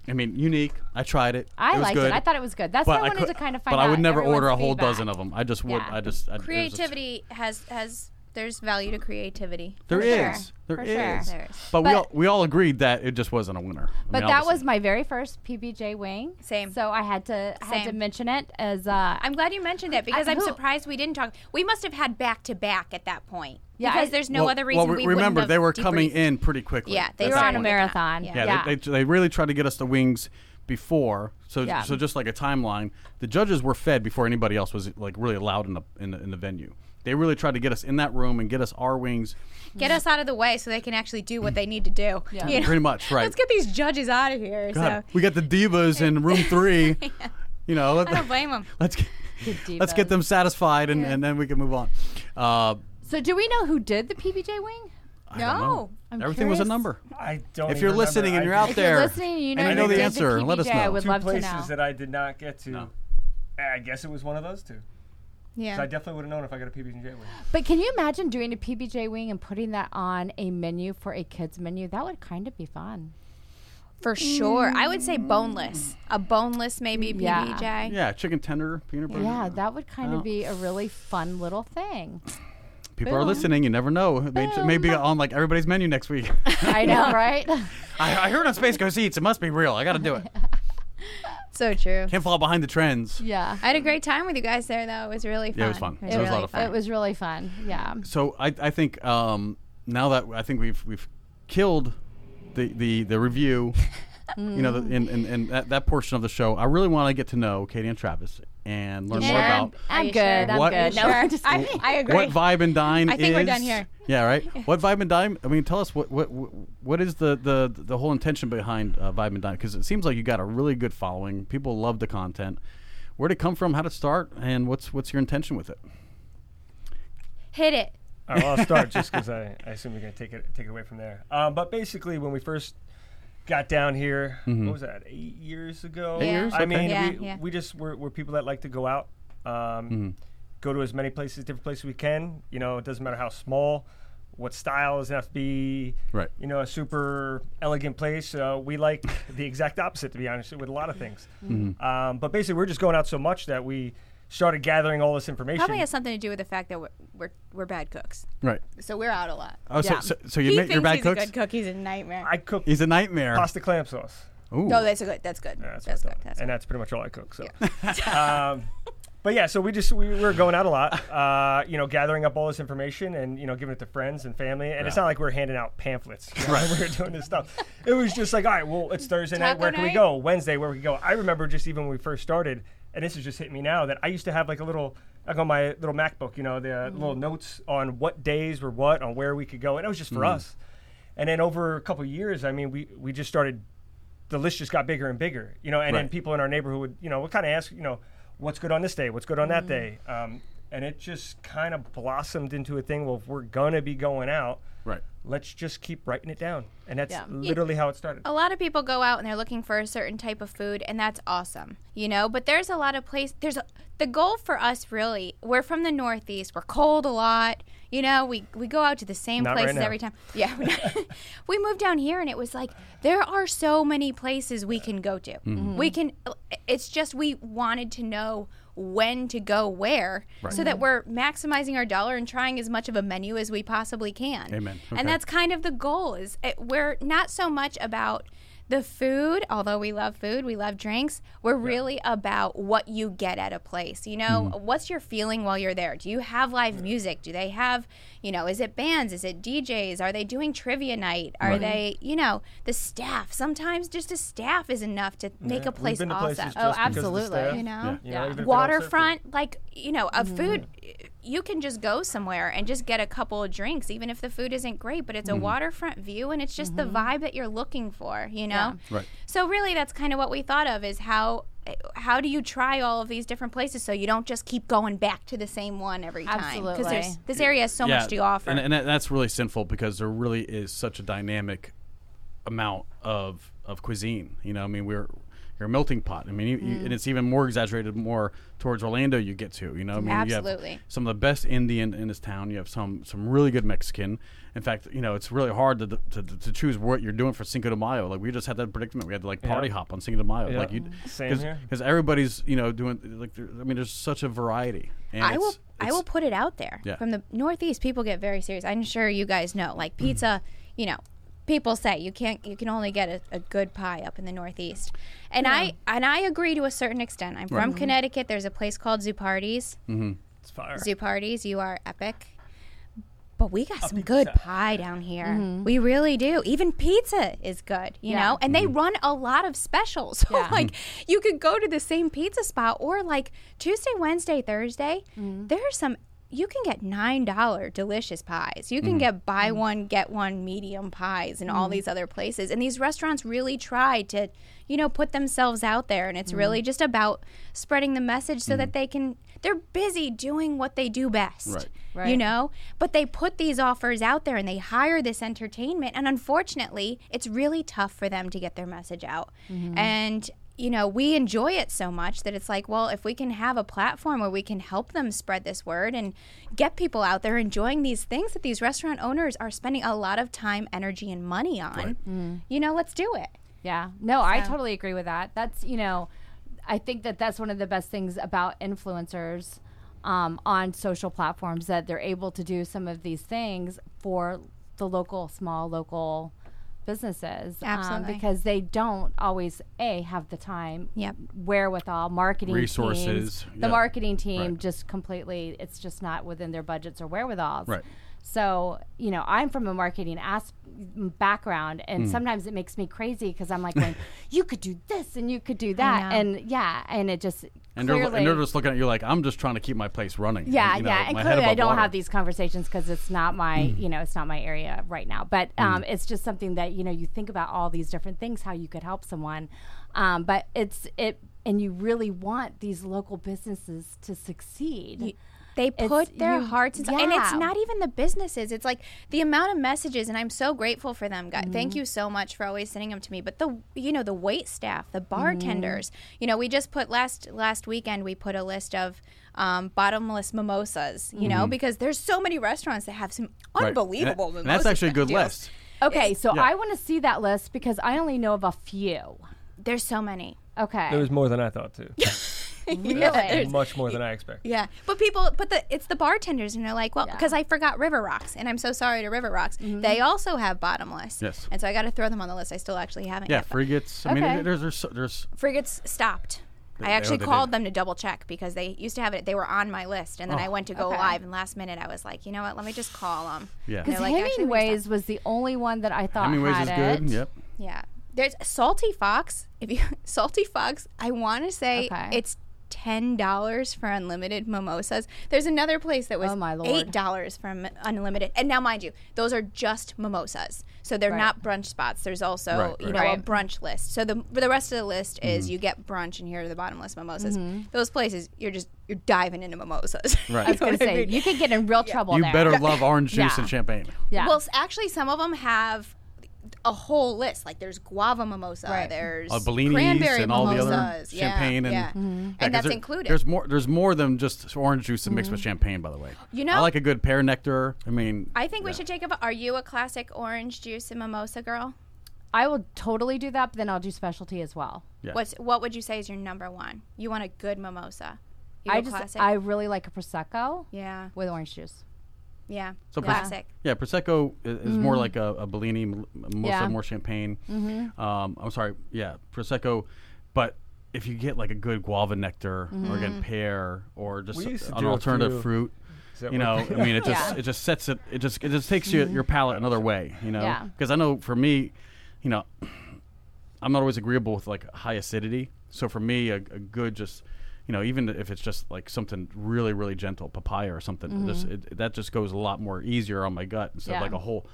S1: I mean, unique. I tried it.
S2: I
S1: it was
S2: liked
S1: good,
S2: it. I thought it was good. That's
S1: but
S2: why I wanted
S1: could-
S2: to kind of find
S1: But
S2: out.
S1: I would never order a
S2: everyone's
S1: whole dozen
S2: feedback.
S1: of them. I just would.
S2: Yeah.
S1: I just I, it was just-
S3: creativity has has there's value to creativity.
S1: There
S2: For sure.
S1: is. There
S2: For
S1: is.
S2: sure.
S3: There is.
S1: But, we
S2: But-
S1: all we all agreed that it just wasn't a winner. I
S2: But
S1: mean,
S2: that
S1: obviously.
S2: was my very first PBJ wing.
S3: Same.
S2: So I had to I had to
S3: Same.
S2: mention it as uh
S3: I'm glad you mentioned it because
S2: I-
S3: I, am
S2: who-
S3: surprised we didn't talk. We must have had back to back at that point.
S2: Yeah,
S3: because
S2: I-
S3: there's no
S1: Well-
S3: other reason
S1: Well,
S3: we
S1: remember
S3: wouldn't have
S1: they were coming
S3: debriefed.
S1: in pretty quickly.
S3: Yeah, they
S1: That's
S2: you're
S1: the
S3: were
S2: on a
S1: point.
S2: marathon.
S3: Exactly. Yeah.
S1: Yeah, They, they, they really tried to get us the wings before. So
S2: Yeah.
S1: so just like a timeline, the judges were fed before anybody else was like really allowed in the in the, in the venue. They really tried to get us in that room and get us our wings,
S3: Get us out of the way so they can actually do what they need to do.
S2: Yeah.
S3: You know?
S1: pretty much right.
S3: Let's get these judges out of here.
S1: God,
S3: So
S1: we got the divas in room three. You know, let,
S3: I don't blame them.
S1: let's get,
S2: The
S1: let's get
S2: divas.
S1: them satisfied and, and then we can move on. Uh,
S2: So do we know who did the PBJ wing?
S1: I don't know.
S3: No.
S2: I'm
S1: everything was a
S2: curious.
S1: number.
S4: I don't.
S1: If you're
S4: even remember.
S1: listening and
S4: I
S1: you're
S4: just-
S1: out
S2: If you're
S1: there
S2: listening, you know,
S1: and you
S2: who
S1: know the
S2: did
S1: answer,
S2: PBJ,
S1: let us
S2: I
S1: know.
S2: would
S4: two
S2: love to
S4: places
S2: know.
S4: that I did not get to. I guess it was one of those two. 'Cause I
S3: Yeah.
S4: definitely would have known if I got a PB and J wing.
S2: but can you imagine doing a PBJ wing and putting that on a menu for a kids menu? That would kind of be fun.
S3: For sure. I would say boneless. A boneless maybe
S2: Yeah.
S3: PBJ.
S1: Yeah, chicken tender, peanut butter.
S2: Yeah, that would kind
S1: Well.
S2: of be a really fun little thing.
S1: People are listening. You never know. It may, it may be on like everybody's menu next week.
S2: I know, right?
S1: I, I heard on Space Go Seats. It must be real. I got to do it.
S3: So true.
S1: Can't fall behind the trends.
S2: yeah.
S3: I had a great time with you guys there, though. It was really fun.
S1: Yeah, it was fun. It was a
S3: really
S1: lot of fun.
S2: It was really fun. Yeah.
S1: So I, I think um, now that I think we've we've killed the the, the review, you know,
S3: Mm.
S1: the, and, and, and that, that portion of the show. I really want to get to know Katie and Travis and learn more
S3: Yeah.
S1: about
S3: Are
S2: I'm
S3: you
S2: good.
S3: sure?
S2: I'm
S1: What-
S2: good.
S1: Sure.
S2: I'm just-
S3: I, I agree.
S1: what vibe and dine
S3: I think
S1: is.
S3: we're done here.
S1: Yeah, right. What vibe and dine? I mean, tell us what what what is the the the whole intention behind uh, vibe and dine? Because it seems like you got a really good following. People love the content. Where did it come from? How did it start? And what's what's your intention with it?
S3: Hit it.
S4: All right, well, I'll start just because I, I assume you're going to take it take it away from there. Um, but basically, when we first got down here, what was that, eight years ago?
S3: Eight Yeah. years?
S4: I
S1: Okay.
S4: mean,
S3: Yeah,
S4: we,
S3: yeah.
S4: we just were, we're people that like to go out, um, go to as many places, different places we can. You know, it doesn't matter how small, what style doesn't have to be,
S1: Right.
S4: you know, a super elegant place. Uh, we like the exact opposite, to be honest, with a lot of things.
S3: Mm-hmm.
S4: Um, but basically, we're just going out so much that we started gathering all this information.
S3: Probably has something to do with the fact that we're we're, we're bad cooks,
S1: Right.
S3: so we're out a lot.
S1: Oh, so,
S2: Yeah.
S1: so so you make your bad
S3: he's
S1: cooks.
S3: a good cook. He's a nightmare.
S4: I cook
S1: He's a nightmare.
S4: pasta clam sauce.
S1: Ooh.
S3: no, that's a good. That's good.
S4: Yeah,
S3: that's
S4: what I
S3: good.
S4: thought.
S3: That's
S4: and that's pretty much all I cook. So, um, but yeah, so we just we, we were going out a lot, uh, you know, gathering up all this information and you know giving it to friends and family. And it's
S1: Yeah.
S4: not like we're handing out pamphlets. Right. we were doing this stuff. It was just like, all right, well, it's Thursday night.
S3: Taco
S4: Where can we
S3: night?
S4: go? Wednesday, where we go? I remember just even when we first started, and this is just hitting me now that I used to have like a little. Like on my little MacBook, you know, the
S3: Mm-hmm.
S4: uh, little notes on what days were what, on where we could go, and it was just for
S3: Mm-hmm.
S4: us. And then over a couple of years, I mean, we we just started the list just got bigger and bigger, you know, and then
S1: Right.
S4: people in our neighborhood would, you know, would kind of ask, you know, what's good on this day, what's good on
S3: Mm.
S4: that day, um, and it just kind of blossomed into a thing. Well, if we're gonna be going out,
S1: Right.
S4: let's just keep writing it down, and that's
S2: Yeah.
S4: literally how it started.
S3: a lot of people go out and they're looking for a certain type of food and that's awesome you know but there's a lot of place there's a, the goal for us really we're from the northeast we're cold a lot you know we, we go out to the same
S4: Not right
S3: places
S4: now.
S3: every time yeah we moved down here and it was like there are so many places we can go to
S1: Mm-hmm.
S3: we can it's just we wanted to know when to go where so that we're maximizing our dollar and trying as much of a menu as we possibly can
S1: Amen. Okay.
S3: and that's kind of the goal is it, we're not so much about the food, although we love food, we love drinks. We're really about what you get at a place. You know,
S4: Mm.
S3: what's your feeling while you're there? Do you have live music? Do they have, you know, is it bands? Is it DJs? Are they doing trivia night? Are they, you know, the staff? Sometimes just a staff is enough to make a
S4: We've
S3: place
S4: been to places
S3: awesome. Oh,
S4: just because of the
S2: absolutely.
S4: staff,
S3: you
S2: Yeah.
S3: know,
S4: you know, even if they don't serve food.
S3: waterfront like you know a food you can just go somewhere and just get a couple of drinks even if the food isn't great but it's a waterfront view and it's just the vibe that you're looking for you know
S1: Right.
S3: so really that's kind of what we thought of is how how do you try all of these different places so you don't just keep going back to the same one every time
S2: Absolutely.
S3: there's this area has so much to offer
S1: And, and that- that's really sinful because there really is such a dynamic amount of of cuisine. You know, I mean, we're you're a melting pot. I mean, you,
S3: Mm.
S1: you, and it's even more exaggerated more towards Orlando you get to. You know, I mean, you
S3: Absolutely.
S1: have some of the best Indian in this town. You have some some really good Mexican. In fact, you know, it's really hard to to, to, to choose what you're doing for Cinco de Mayo. Like we just had that predicament. We had to like party hop on Cinco de Mayo.
S4: Yeah.
S1: Like you,
S4: Same here.
S1: because everybody's you know doing like there, I mean, there's such a variety. And
S3: I will
S1: it's-
S3: I
S1: it's-
S3: will put it out there.
S1: Yeah.
S3: From the Northeast, people get very serious. I'm sure you guys know. Like
S1: Mm-hmm.
S3: pizza, you know, people say you can't you can only get a, a good pie up in the Northeast. And I and I agree to a certain extent. I'm
S1: Mm-hmm.
S3: from Connecticut. There's a place called Zupardi's.
S1: Mm.
S4: It's fire.
S3: Zupardi's, you are epic. But we got some good pie down here.
S1: Mm-hmm.
S3: We really do. Even pizza is good, you
S2: Yeah.
S3: know? And they run a lot of specials. So,
S2: Yeah.
S3: like, you could go to the same pizza spot or, like, Tuesday, Wednesday, Thursday, there's some. You can get $9 delicious pies. You can get buy one, get one medium pies in all these other places. And these restaurants really try to, you know, put themselves out there. And it's really just about spreading the message so that they can, they're busy doing what they do best.
S1: Right.
S2: Right.
S3: You know, but they put these offers out there and they hire this entertainment. And unfortunately, it's really tough for them to get their message out. And, you know, we enjoy it so much that it's like, well, if we can have a platform where we can help them spread this word and get people out there enjoying these things that these restaurant owners are spending a lot of time, energy, and money on, you know, let's do it.
S2: Yeah. No, I totally agree with that. That's, you know, I think that that's one of the best things about influencers um, on social platforms that they're able to do some of these things for the local, small local businesses. um,
S3: Absolutely.
S2: because they don't always, A, have the time,
S3: Yep.
S2: wherewithal, marketing
S1: Resources,
S2: teams.
S1: yeah.
S2: The marketing team
S1: Right.
S2: just completely, it's just not within their budgets or wherewithals.
S1: Right.
S2: So, you know, I'm from a marketing as- mm, background,
S1: Mm.
S2: and sometimes it makes me crazy because I'm like, going, you could do this and you could do that.
S3: know.
S2: And yeah, and it just.
S1: And they're,
S2: clearly,
S1: and they're just looking at you like, I'm just trying to keep my place running.
S2: yeah,
S1: you know,
S2: yeah, and
S1: my head
S2: clearly I
S1: above
S2: don't
S1: water. Mm.
S2: have these conversations because it's not my, you know, it's not my area right now. But um, it's just something that you know you think about all these different things, how you could help someone. Um, but it's it, and you really want these local businesses to succeed.
S3: They
S2: It's-
S3: put their
S2: you-
S3: hearts into and it's
S2: yeah.
S3: not even the businesses. It's like the amount of messages, and I'm so grateful for them. God,
S2: Mm-hmm.
S3: thank you so much for always sending them to me. But the you know the wait staff, the
S2: Mm-hmm.
S3: bartenders. You know, we just put last last weekend we put a list of um, bottomless mimosas. You
S2: Mm-hmm.
S3: know, because there's so many restaurants that have some
S1: Right.
S3: unbelievable.
S1: And,
S3: mimosas
S1: and that's actually a good
S3: deals.
S1: list.
S2: okay, so
S1: yeah.
S2: I want to see that list because I only know of a few.
S3: There's so many.
S2: Okay,
S4: There was more than I thought too.
S2: really?
S3: there's-
S4: Much more than I expected.
S3: Yeah, but people, but the it's the bartenders, and they're like, well, because I forgot River Rocks, and I'm so sorry to River Rocks. They also have bottomless.
S1: Yes.
S3: and so I got to throw them on the list. I still actually haven't.
S1: Yeah,
S3: yet, but-
S1: frigates. I
S2: Okay.
S1: mean, there's there's there's
S3: frigates stopped. I
S1: they-
S3: actually
S1: they
S3: called
S1: did. Oh,
S3: them to double check because they used to have it. They were on my list, and then I went to go
S2: okay.
S3: live, and last minute I was like, you know what? Let me just call them.
S1: Yeah.
S2: because
S3: They're like, actually, we
S2: Hemingway's was the only one that I thought
S1: Hemingway's
S2: had
S1: is
S2: it.
S1: good. Yep.
S3: Yeah, there's Salty Fox. If you Salty Fox, I want to say
S2: Okay.
S3: it's. Ten dollars for unlimited mimosas. There's another place that was
S2: Oh, my Lord.
S3: eight dollars for m- unlimited. And now, mind you, those are just mimosas, so they're not brunch spots. There's also
S1: Right,
S3: you
S1: right. Mm-hmm.
S3: know a
S2: Right.
S3: brunch list. So the the rest of the list is you get brunch, and here are the bottomless mimosas. Those places you're just you're diving into mimosas.
S1: Right.
S2: Mm-hmm. I was gonna say you could get in real trouble.
S1: You
S2: there.
S1: better love orange juice
S2: Yeah.
S1: and champagne.
S2: Yeah.
S3: Well, s- actually, some of them have a whole list. Like there's guava mimosa,
S2: Right.
S3: there's
S1: Uh, Bellinis
S3: cranberry
S1: and all
S3: mimosas,
S1: the other
S3: Yeah,
S1: champagne and
S3: yeah.
S2: Mm-hmm.
S1: Yeah, 'cause
S3: and that's
S1: there-
S3: included.
S1: There's more. There's more than just orange juice mixed
S2: Mm-hmm.
S1: with champagne. By the way,
S3: You
S1: I
S3: know-
S1: like a good pear nectar. I mean,
S3: I think we
S1: yeah.
S3: should take up. Are you a classic orange juice and mimosa girl?
S2: I will totally do that, but then I'll do specialty as well.
S1: Yeah.
S3: What's what would you say is your number one? You want a good mimosa? You
S2: I
S3: go
S2: just
S3: classic?
S2: I really like a prosecco
S3: yeah
S2: with orange juice.
S3: yeah
S1: So pers-
S3: classic.
S1: Yeah, prosecco i- is more like a, a Bellini, m- mimosa,
S2: Mm. Yeah. Mm-hmm.
S1: more champagne. Um, I'm sorry, yeah, prosecco. But if you get like a good guava nectar or
S2: Mm-hmm.
S1: again pear or just
S4: We
S1: a-
S4: used to
S1: an
S4: do a
S1: alternative
S4: few-
S1: fruit,
S4: that
S1: you know,
S4: what-
S1: I mean, it just
S2: Yeah. Mm-hmm.
S1: it just sets it. It just it just takes you, your palate another way, you know.
S2: Yeah.
S1: Because I know for me, you know, I'm not always agreeable with like high acidity. So for me, a, a good just, you know, even if it's just like something really, really gentle, papaya or something, it just it, that just goes a lot more easier on my gut instead
S2: Mm-hmm. Yeah.
S1: of like a whole,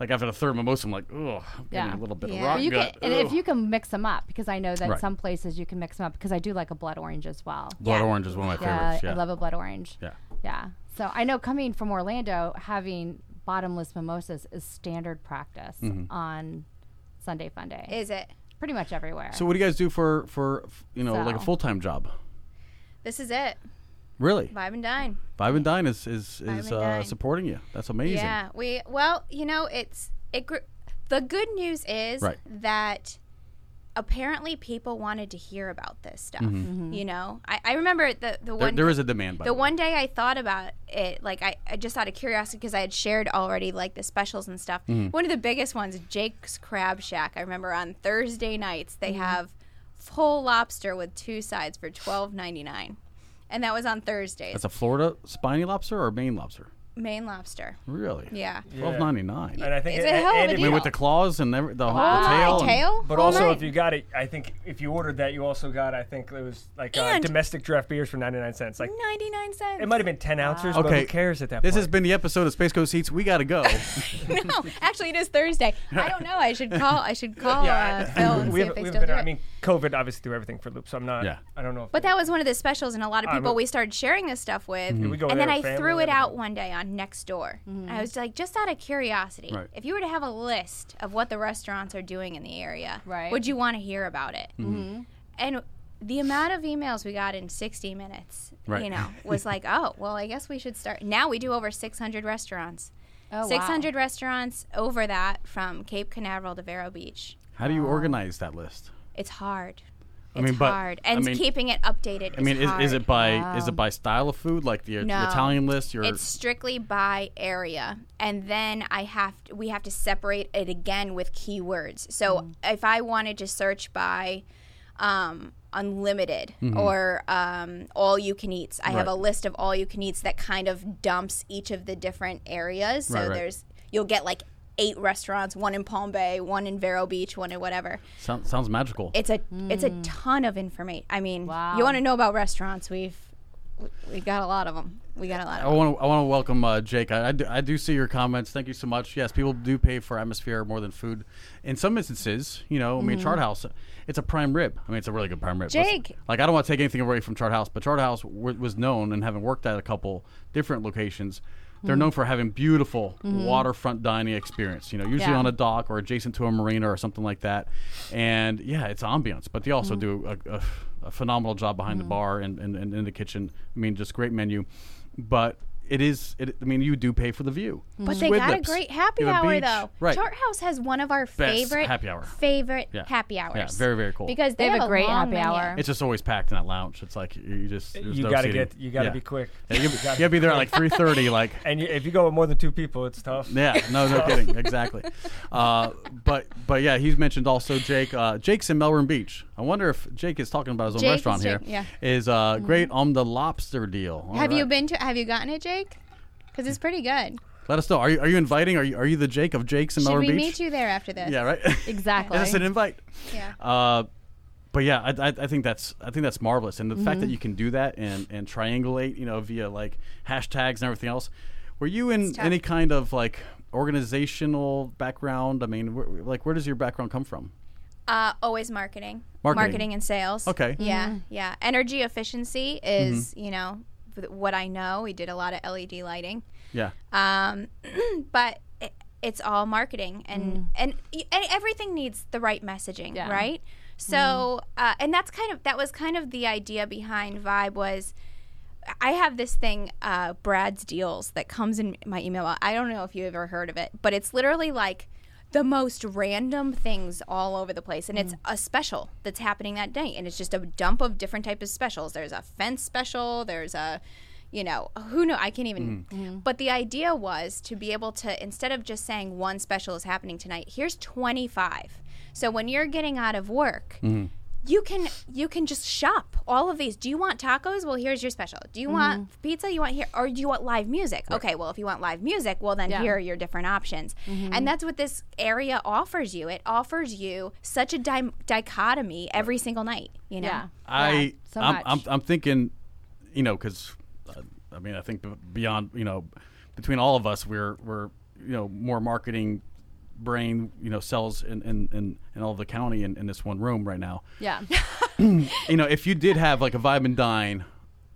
S1: like after the third mimosa, I'm like, oh, I'm getting
S2: Yeah.
S1: a little bit
S3: Yeah.
S1: of rock
S2: you can,
S1: gut.
S2: and if
S1: ugh."
S2: you can mix them up, because I know that
S1: Right.
S2: some places you can mix them up, because I do like a blood orange as well.
S1: blood
S3: Yeah.
S1: orange is one of my
S2: Yeah,
S1: favorites. Yeah,
S2: I love a blood orange.
S1: yeah,
S2: Yeah. So I know coming from Orlando, having bottomless mimosas is standard practice
S1: Mm-hmm.
S2: on Sunday Fun Day.
S3: Is it?
S2: pretty much everywhere.
S1: So what do you guys do for for f- you know like a
S2: So-
S1: full time job?
S3: This is it.
S1: Really,
S3: Vibe and dine.
S1: Vibe and Dine is is,
S3: Vibe
S1: is
S3: and
S1: uh,
S3: Dine.
S1: supporting you. That's amazing.
S3: Yeah, we well, you know, it's it. Gr- the good news is
S1: Right.
S3: that apparently people wanted to hear about this stuff. You know, I, I remember the the
S1: Mm-hmm. There,
S3: one
S1: there is a demand. By
S3: the
S1: the way.
S3: one day I thought about it, like I, I just out of curiosity because I had shared already like the specials and stuff.
S1: Mm-hmm.
S3: One of the biggest ones, Jake's Crab Shack. I remember on Thursday nights they have full lobster with two sides for twelve ninety nine, and that was on Thursdays.
S1: That's a Florida spiny lobster or Maine lobster?
S3: Maine lobster.
S1: Really?
S3: Yeah.
S1: Twelve ninety nine.
S4: And I think
S3: It's a hell of
S4: and
S3: a
S4: if
S1: I
S4: you-
S1: mean, with the claws and every, the, the
S3: Oh, my
S1: tail. and-
S3: tail? Oh
S4: But
S3: All
S4: also,
S3: night.
S4: if you got it, I think if you ordered that, you also got, I think it was like uh,
S3: And-
S4: domestic draft beers for 99 cents. Like,
S3: 99 cents.
S4: it might have been 10 ounces, but
S1: okay.
S4: who cares at that
S1: This
S4: point?
S1: has been the episode of Space Coast Seats. We gotta go.
S3: no, actually, it is Thursday. I don't know. I should call. I should call
S4: Yeah,
S3: uh, Phil and
S4: we
S3: see
S4: have,
S3: if they
S4: we have
S3: still
S4: been,
S3: do
S4: I
S3: it.
S4: mean, COVID obviously threw everything for a loop, so I'm not,
S1: Yeah.
S4: I don't know if
S3: but that was one of the specials, and a lot of
S4: I
S3: people
S4: mean-
S3: we started sharing this stuff with.
S4: we go
S3: and
S4: there
S3: then I
S4: with
S3: threw
S4: family,
S3: it out
S4: everything.
S3: one day on Nextdoor.
S2: Mm-hmm.
S3: And I was like, just out of curiosity,
S1: Right.
S3: if you were to have a list of what the restaurants are doing in the area,
S2: Right.
S3: would you want to hear about it? Mm-hmm. And the amount of emails we got in 60 minutes,
S1: Right.
S3: you know, was like, oh, well, I guess we should start. Now we do over 600 restaurants.
S2: Oh, wow.
S3: 600 restaurants over that from Cape Canaveral to Vero Beach.
S1: How do you organize that list?
S3: It's hard. It's
S1: mean, but-
S3: hard,
S1: I
S3: and
S1: mean-
S3: keeping it updated.
S1: I mean, is, is it
S3: hard.
S1: by is it by style of food, like the, your
S3: No.
S1: Italian list? Your
S3: It's strictly by area, and then I have to, we have to separate it again with keywords. So
S1: Mm-hmm.
S3: if I wanted to search by um, unlimited or um, all you can eats, I have
S1: Mm-hmm. Right.
S3: a list of all you can eats that kind of dumps each of the different areas. So
S1: Right, right.
S3: there's you'll get like eight restaurants, one in Palm Bay, one in Vero Beach, one in whatever.
S1: sound, sounds magical.
S3: It's a it's
S1: Mm.
S3: a ton of information. I mean,
S2: Wow.
S3: you want to know about restaurants? We've we- we got a lot of them. We got a lot of
S1: I want to I want to welcome uh, Jake. I, I, do, I do see your comments. Thank you so much. Yes, people do pay for atmosphere more than food. In some instances, you know, I
S3: Mm-hmm.
S1: mean, Chart House, it's a prime rib. I mean, it's a really good prime rib. Listen,
S2: Jake!
S1: like I don't want to take anything away from Chart House, but Chart House w- was known and having worked at a couple different locations. They're known for having beautiful waterfront dining experience. You know, usually
S2: Yeah.
S1: on a dock or adjacent to a marina or something like that. And yeah, it's ambiance, but they also do a, a, a phenomenal job behind the bar and, and, and in the kitchen. I mean, just great menu. But it is, it, I mean, you do pay for the view.
S3: But they
S1: Squid
S3: got
S1: Lips.
S3: a great happy
S1: You have a
S3: hour
S1: beach.
S3: though.
S1: Right.
S3: Chart House has one of our favorite
S1: happy hour.
S3: Favorite
S1: Yeah.
S3: happy
S1: Yeah,
S3: hours.
S1: very, very cool.
S3: Because they,
S2: They have a great
S3: long
S2: happy hour.
S1: It's just always packed in that lounge. It's like you just there's
S4: you
S1: no
S4: gotta
S1: seating.
S4: get you gotta
S1: Yeah.
S4: be quick.
S1: Yeah, you,
S4: You gotta
S1: you gotta be there at like three thirty. Like
S4: And you, if you go with more than two people, it's tough.
S1: Yeah, no, no kidding, exactly. Uh, but but yeah, he's mentioned also Jake. Uh, Jake's in Melbourne Beach. I wonder if Jake is talking about his own
S3: Jake is
S1: restaurant here.
S3: Jake, yeah. Mm-hmm.
S1: is uh, great on the lobster deal. All
S3: Have you
S1: right.
S3: been to? Have you gotten it, Jake? Because it's pretty good.
S1: Let us know. Are you are you inviting? Are you are you the Jake of Jake's in
S3: Should
S1: Melbourne
S3: we
S1: Beach?
S3: meet you there after this?
S1: Yeah, right.
S2: Exactly.
S1: Is this an invite?
S3: Yeah.
S1: Uh, but yeah, I, I, I think that's I think that's marvelous, and the fact that you can do that and and triangulate, you know, via like hashtags and everything else. Were you in
S3: tough.
S1: any kind of like organizational background? I mean, where, like, where does your background come from?
S3: Uh, always marketing.
S1: Marketing.
S3: and sales.
S1: Okay. Mm-hmm.
S3: Yeah, yeah. Energy efficiency is you know th- what I know. We did a lot of LED lighting.
S1: Yeah.
S3: um, but it, it's all marketing and, and y- and everything needs the right messaging
S2: Yeah.
S3: right so uh, and that's kind of that was kind of the idea behind vibe was I have this thing, uh, Brad's Deals, that comes in my email. I don't know if you ever heard of it, but it's literally like the most random things all over the place, and it's a special that's happening that day, and it's just a dump of different types of specials. There's a fence special. There's a, you know, who know? I can't even. But the idea was to be able to instead of just saying one special is happening tonight. Here's 25. So when you're getting out of work you can you can just shop all of these. Do you want tacos? Well, here's your special. Do you
S2: Mm-hmm.
S3: want pizza? You want here or do you want live music? Okay, well, if you want live music, well then
S2: Yeah. Mm-hmm.
S3: here are your different options. And that's what this area offers you. It offers you such a dim- dichotomy every single night, you know.
S2: yeah. Yeah,
S1: I
S2: so
S1: I'm,
S2: much.
S1: I'm I'm thinking, you know, because uh, I mean, I think b- beyond you know, between all of us, we're we're you know more marketing brain you know cells in in in, in all of the county in, in this one room right now.
S2: yeah.
S1: you know, if you did have like a Vibe and Dine,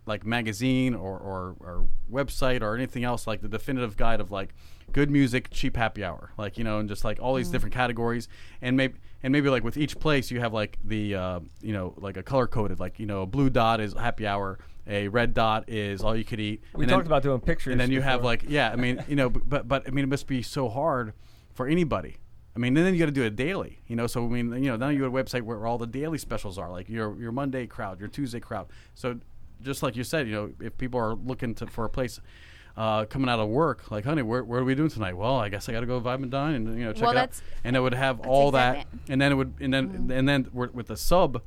S1: like magazine or, or, or website or anything else, like the definitive guide of like good music, cheap happy hour, like you know, and just like all these different categories, and maybe and maybe like with each place you have like the uh, you know like a color coded, like you know, a blue dot is happy hour, a red dot is all you could eat.
S4: We
S1: and
S4: talked about doing pictures
S1: and then you have
S4: before.
S1: like yeah, I mean you know, b- but but I mean it must be so hard for anybody. I mean, then you got to do it daily, you know. So I mean, you know, now you have a website where all the daily specials are, like your your Monday crowd, your Tuesday crowd. So just like you said, you know, if people are looking to for a place. Uh, coming out of work, like, honey, where, where are we doing tonight? Well, I guess I got to go vibe and dine, and you know, check
S3: Well,
S1: it out.
S3: that's-
S1: And it would have all that,
S3: exactly
S1: and then it would, and then
S3: Mm.
S1: and then we're- with the sub,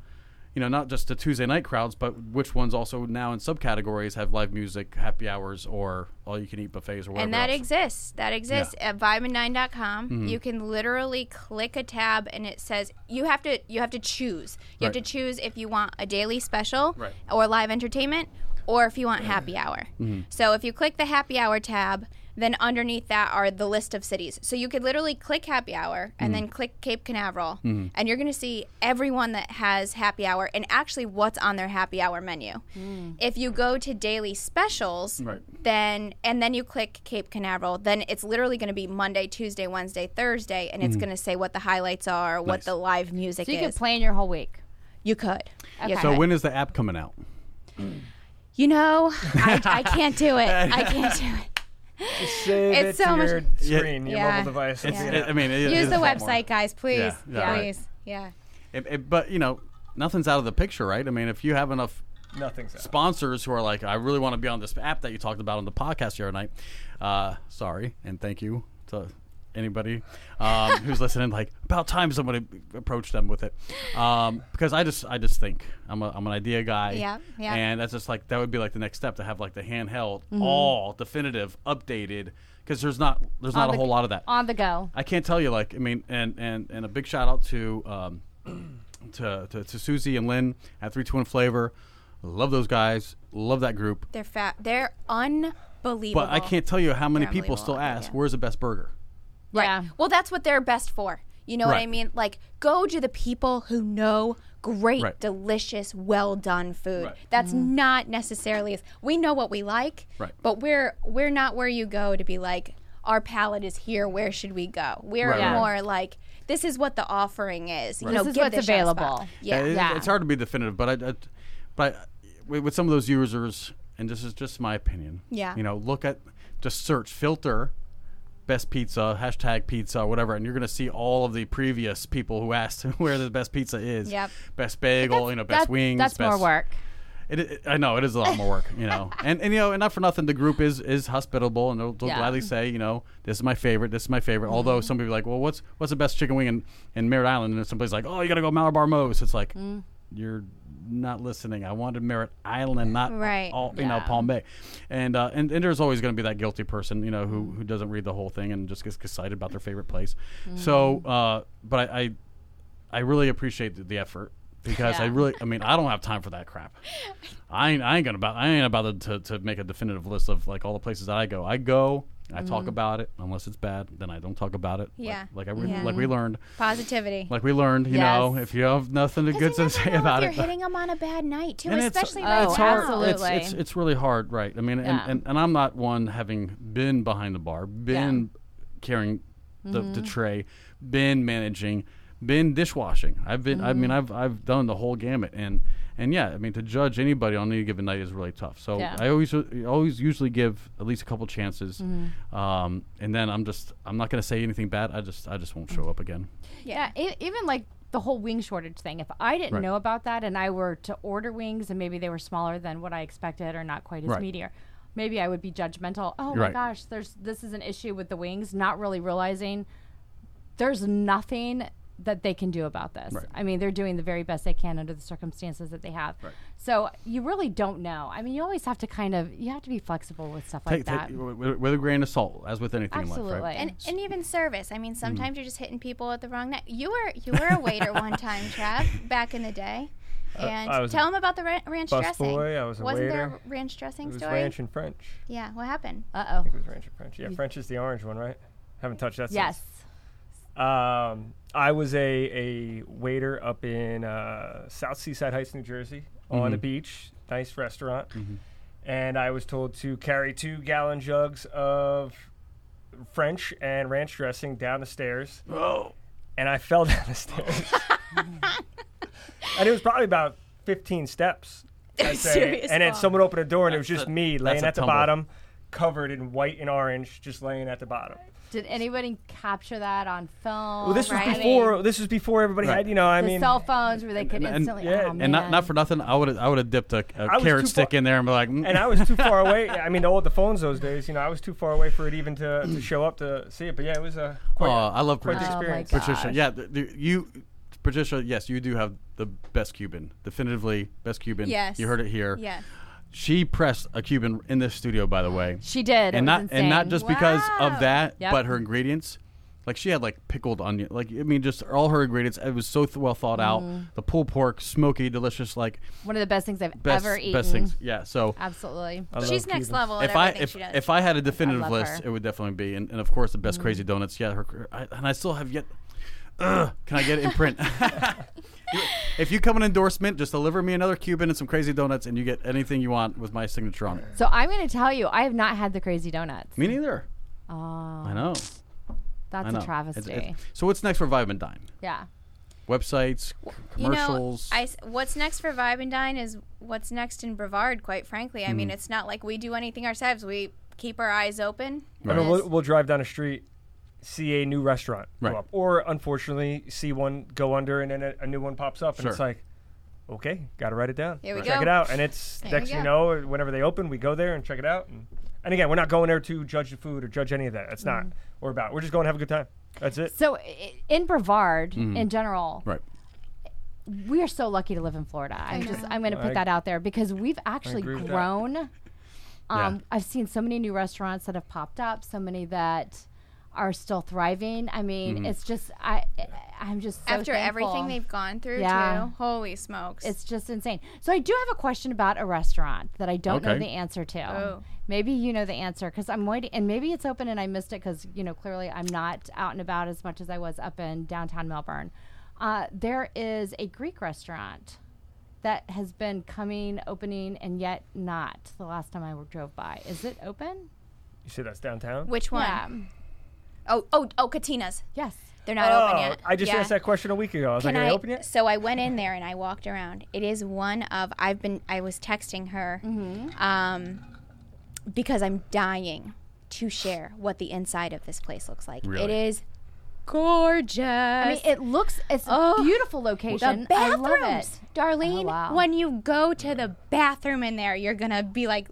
S1: you know, not just the Tuesday night crowds, but which ones also now in subcategories have live music, happy hours, or all you can eat buffets or whatever.
S3: And that
S1: else. Mm-hmm.
S3: exists. That exists at vitamin9.com. You can literally click a tab and it says you have to you have to choose. You
S1: Right.
S3: have to choose if you want a daily special
S1: Right. Mm-hmm.
S3: or live entertainment or if you want happy hour. So if you click the happy hour tab, then underneath that are the list of cities. So you could literally click happy hour
S1: Mm-hmm.
S3: and then click Cape Canaveral and you're going to see everyone that has happy hour and actually what's on their happy hour menu. If you go to daily specials,
S1: Right.
S3: then and then you click Cape Canaveral, then it's literally going to be Monday, Tuesday, Wednesday, Thursday, and it's going to say what the highlights are, what
S1: Mm. Nice.
S3: the live music
S2: So you
S3: is.
S2: could plan your whole week.
S3: you could. You,
S2: Okay.
S1: So
S3: could.
S1: when is the app coming out?
S3: you know, I, I can't do it. I can't do it.
S4: Save
S3: It's
S4: it
S3: so
S4: to
S3: much-
S4: your screen, your
S3: Yeah.
S4: mobile device.
S1: It's,
S4: Yeah.
S1: I mean, it-
S3: Use
S1: it's
S3: the
S1: a lot more.
S3: website, guys, please.
S1: Yeah, yeah, right.
S3: please. Yeah.
S1: It- it- but you know, nothing's out of the picture, right? I mean, if you have enough
S4: Nothing's out.
S1: sponsors who are like, I really want to be on this app that you talked about on the podcast the other night. Uh, sorry, and thank you to anybody um, who's listening. Like, about time somebody approached them with it, um, because I just, I just think I'm, a, I'm an idea guy.
S3: Yeah, yeah. Mm-hmm.
S1: And that's just like that would be like the next step to have like the handheld, all definitive, updated, because there's not, there's not a
S2: the-
S1: whole lot of that.
S2: on the go.
S1: I can't tell you. Like, I mean, and and and a big shout out to um, to, to to Susie and Lynn at Three Two One Flavor. Love those guys. Love that group.
S3: They're fat. They're unbelievable.
S1: But I can't tell you how many
S3: They're
S1: people still
S3: unbelievable,
S1: ask,
S3: yeah.
S1: "Where's the best burger?"
S3: Right.
S2: Yeah.
S3: Well, that's what they're best for. You know what I
S1: Right.
S3: mean? Like, go to the people who know great,
S1: Right.
S3: delicious, well done food.
S1: Right.
S3: That's
S2: Mm-hmm.
S3: not necessarily. We know what we like,
S1: Right.
S3: but we're we're not where you go to be like our palate is here. Where should we go? We're
S1: Right, right,
S3: more like this is what the offering is. You
S2: Right.
S3: know,
S2: This is
S3: give
S2: what's
S3: this shot a spot.
S2: available.
S3: Yeah.
S1: It-
S2: Yeah.
S1: It's hard to be definitive, but I, I but I, with with some of those users, and this is just my opinion.
S3: Yeah.
S1: You know, look at just search filter best pizza hashtag pizza whatever and you're going to see all of the previous people who asked where the best pizza is
S3: Yep.
S1: best bagel you know best
S2: That-
S1: wings
S2: That's
S1: best
S2: more work.
S1: It, it, I know it is a lot more work, you know, and and you know, and not for nothing, the group is is hospitable, and they'll, they'll
S2: Yeah. Mm-hmm.
S1: gladly say, you know, this is my favorite, this is my favorite. Although some people are like, well, what's what's the best chicken wing in in Merritt Island? And somebody's like, oh, you gotta go Malabar Mo's. It's like
S2: Mm.
S1: you're not listening. I wanted Merritt Island, not
S3: Right.
S1: All, you know,
S2: Yeah.
S1: Palm Bay, and uh, and and there's always gonna be that guilty person, you know,
S2: Mm.
S1: who who doesn't read the whole thing and just gets excited about their favorite place.
S2: Mm-hmm.
S1: So, uh, but I. I I really appreciate the, the effort because I
S2: Yeah.
S1: really, I mean, I don't have time for that crap. I ain't, I ain't gonna about, I ain't about to, to make a definitive list of like all the places that I go. I go, I talk about it unless it's bad, then I don't talk about it. like-
S3: Mm-hmm. Yeah.
S1: like, I re-
S3: Yeah.
S1: like we learned,
S3: Positivity.
S1: like we learned, you know,
S2: Yes.
S1: if you have nothing
S3: Because
S1: good
S3: you
S1: to
S3: never
S1: say
S3: know if
S1: about
S3: you're
S1: it,
S3: hitting them on a bad night too,
S1: and it's-
S3: especially
S1: it's,
S3: right
S2: oh,
S3: now.
S1: hard. It's, it's
S2: absolutely.
S1: it's really hard, right? I mean, and,
S2: Yeah.
S1: and, and I'm not one having been behind the bar, been carrying the,
S2: Mm-hmm.
S1: the tray, been managing, been dishwashing. I've been. I mean, I've
S2: Mm-hmm.
S1: I've done the whole gamut, and and yeah, I mean, to judge anybody on any given night is really tough. So
S2: Yeah.
S1: I always always usually give at least a couple chances,
S2: Mm-hmm.
S1: um, and then I'm just I'm not going to say anything bad. I just I just won't
S2: Mm.
S1: show up again.
S2: Yeah, e- even like the whole wing shortage thing. If I didn't
S1: Right.
S2: know about that and I were to order wings and maybe they were smaller than what I expected or not quite as
S1: Right.
S2: meatier, maybe I would be judgmental. Oh my
S1: Right.
S2: gosh, there's this is an issue with the wings, not really realizing there's nothing that they can do about this.
S1: Right.
S2: I mean, they're doing the very best they can under the circumstances that they have. So you really don't know. I mean, you always have to kind of you have to be flexible with stuff like
S1: Take,
S2: that.
S1: take, with, with a grain of salt, as with anything in life,
S2: Absolutely.
S1: right?
S3: and, and even service. I mean,
S4: Mm.
S3: sometimes you're just hitting people at the wrong neck. You were you were a waiter one time, Trav, back in the day. And
S4: Uh, I was
S3: tell them about the ra- ranch
S4: busboy,
S3: dressing.
S4: I was a
S3: Wasn't there
S4: waiter.
S3: a ranch dressing
S4: It was
S3: story?
S4: ranch and French.
S3: Yeah, what happened?
S2: Uh
S4: I
S2: oh.
S4: think it was ranch and French. Yeah, French is the orange one, right? Haven't touched that
S2: Yes.
S4: since. Um, I was a, a waiter up in uh, South Seaside Heights, New Jersey, on
S1: Mm-hmm.
S4: the beach. Nice restaurant. And I was told to carry two gallon jugs of French and ranch dressing down the stairs.
S1: Oh.
S4: And I fell down the stairs. and it was probably about 15 steps. I'd say.
S3: Serious
S4: And then
S3: fall.
S4: someone opened a door and it was just
S1: a-
S4: me
S1: that's
S4: laying
S1: a
S4: at the
S1: tumble.
S4: bottom, covered in white and orange, just laying at the bottom.
S2: Did anybody capture that on film?
S4: Well, this was
S2: right?
S4: before. This was before everybody
S1: Right.
S4: had. You know, I
S2: the
S4: mean,
S2: cell phones where they could
S1: and-
S2: instantly.
S4: yeah,
S2: oh,
S4: and
S1: And not,
S2: man.
S1: not for nothing, I would I would have dipped a,
S4: I
S1: a
S4: was
S1: carrot
S4: too
S1: stick
S4: far-
S1: in there and be like, "Mm."
S4: and I was too far away. I mean, the old the phones those days. You know, I was too far away for it even to, to show up to see it. But yeah, it was a quite,
S1: Aw, I love
S4: quite the
S2: Oh my
S4: experience.
S2: God.
S1: Patricia. Yeah, th- th- you, Patricia. Yes, you do have the best Cuban, definitively best Cuban.
S3: Yes.
S1: you heard it here.
S3: Yes.
S1: she pressed a Cuban in this studio, by the way,
S2: she did, it
S1: and not
S2: was
S1: and not
S2: insane.
S1: just because
S3: Wow.
S1: of that,
S2: Yep.
S1: but her ingredients. Like she had like pickled onion, like I mean, just all her ingredients. It was so th- well thought
S2: Mm-hmm.
S1: out. The pulled pork, smoky, delicious, like
S2: one of the best things I've
S1: best
S2: ever eaten.
S1: best things. Yeah, so
S2: Absolutely.
S4: I love
S3: She's next
S4: Cubans.
S3: level at
S1: if I
S3: everything
S1: if,
S3: she does.
S1: if I had a definitive
S2: love
S1: list,
S2: her.
S1: it would definitely be, and, and of course the best crazy donuts. Yeah, her, I, and I still have yet. Ugh, can I get it in print? if you come an endorsement, just deliver me another Cuban and some crazy donuts, and you get anything you want with my signature on it.
S2: So I'm going to tell you, I have not had the crazy donuts.
S1: Me neither.
S2: Oh,
S1: I know.
S2: that's
S1: I know.
S2: a travesty.
S1: It's- it's- so what's next for Vibe and Dine?
S2: yeah.
S1: Websites, c- commercials.
S3: You know, I s what's next for Vibe and Dine is what's next in Brevard. Quite frankly, I
S4: Mm.
S3: mean, it's not like we do anything ourselves. We keep our eyes open.
S4: I mean,
S3: Yes.
S4: we'll, we'll drive down a street, see a new restaurant
S1: Right.
S4: go up, or unfortunately see one go under and then a, a new one pops up, and
S1: Sure.
S4: it's like, okay, got to write it down.
S3: Here we
S4: check
S3: go.
S4: it out, and it's
S3: There
S4: next
S3: we
S4: you know, whenever they open, we go there and check it out. And, and again, we're not going there to judge the food or judge any of that. That's
S3: Mm-hmm.
S4: not what we're about. We're just going to have a good time. That's it.
S2: So i- in Brevard, in general,
S1: Mm-hmm. Right.
S2: we are so lucky to live in Florida. I'm just I'm going to put
S4: I-
S2: that out there because we've actually
S4: agree with that.
S2: grown.
S1: Yeah.
S2: Um, I've seen so many new restaurants that have popped up, so many that are still thriving. I mean,
S1: Mm-hmm.
S2: it's just I I'm just so
S3: After everything
S2: thankful.
S3: they've gone through,
S2: Yeah.
S3: too. Holy smokes.
S2: It's just insane. So I do have a question about a restaurant that I don't know
S1: Okay.
S2: the answer to.
S3: Oh.
S2: Maybe you know the answer because I'm waiting, and maybe it's open and I missed it because you know clearly I'm not out and about as much as I was up in downtown Melbourne. Uh, there is a Greek restaurant that has been coming, opening, and yet not. The last time I drove by, is it open?
S4: You see, that's downtown.
S3: Which one? Oh, oh, oh, Katina's.
S2: Yes.
S3: They're not
S4: oh,
S3: open yet.
S4: I just
S3: Yeah.
S4: asked that question a week ago. I was
S3: Can
S4: like, are
S3: I?
S4: they open yet?
S3: So I went in there and I walked around. It is one of I've been. I was texting her,
S2: Mm-hmm.
S3: um, because I'm dying to share what the inside of this place looks like. It
S1: Really?
S3: is gorgeous.
S2: I mean, it looks it's a
S3: Oh.
S2: beautiful
S3: the
S2: location. I
S3: bathrooms,
S2: love it.
S3: Darlene.
S2: Oh, wow.
S3: When you go to the bathroom in there, you're gonna be like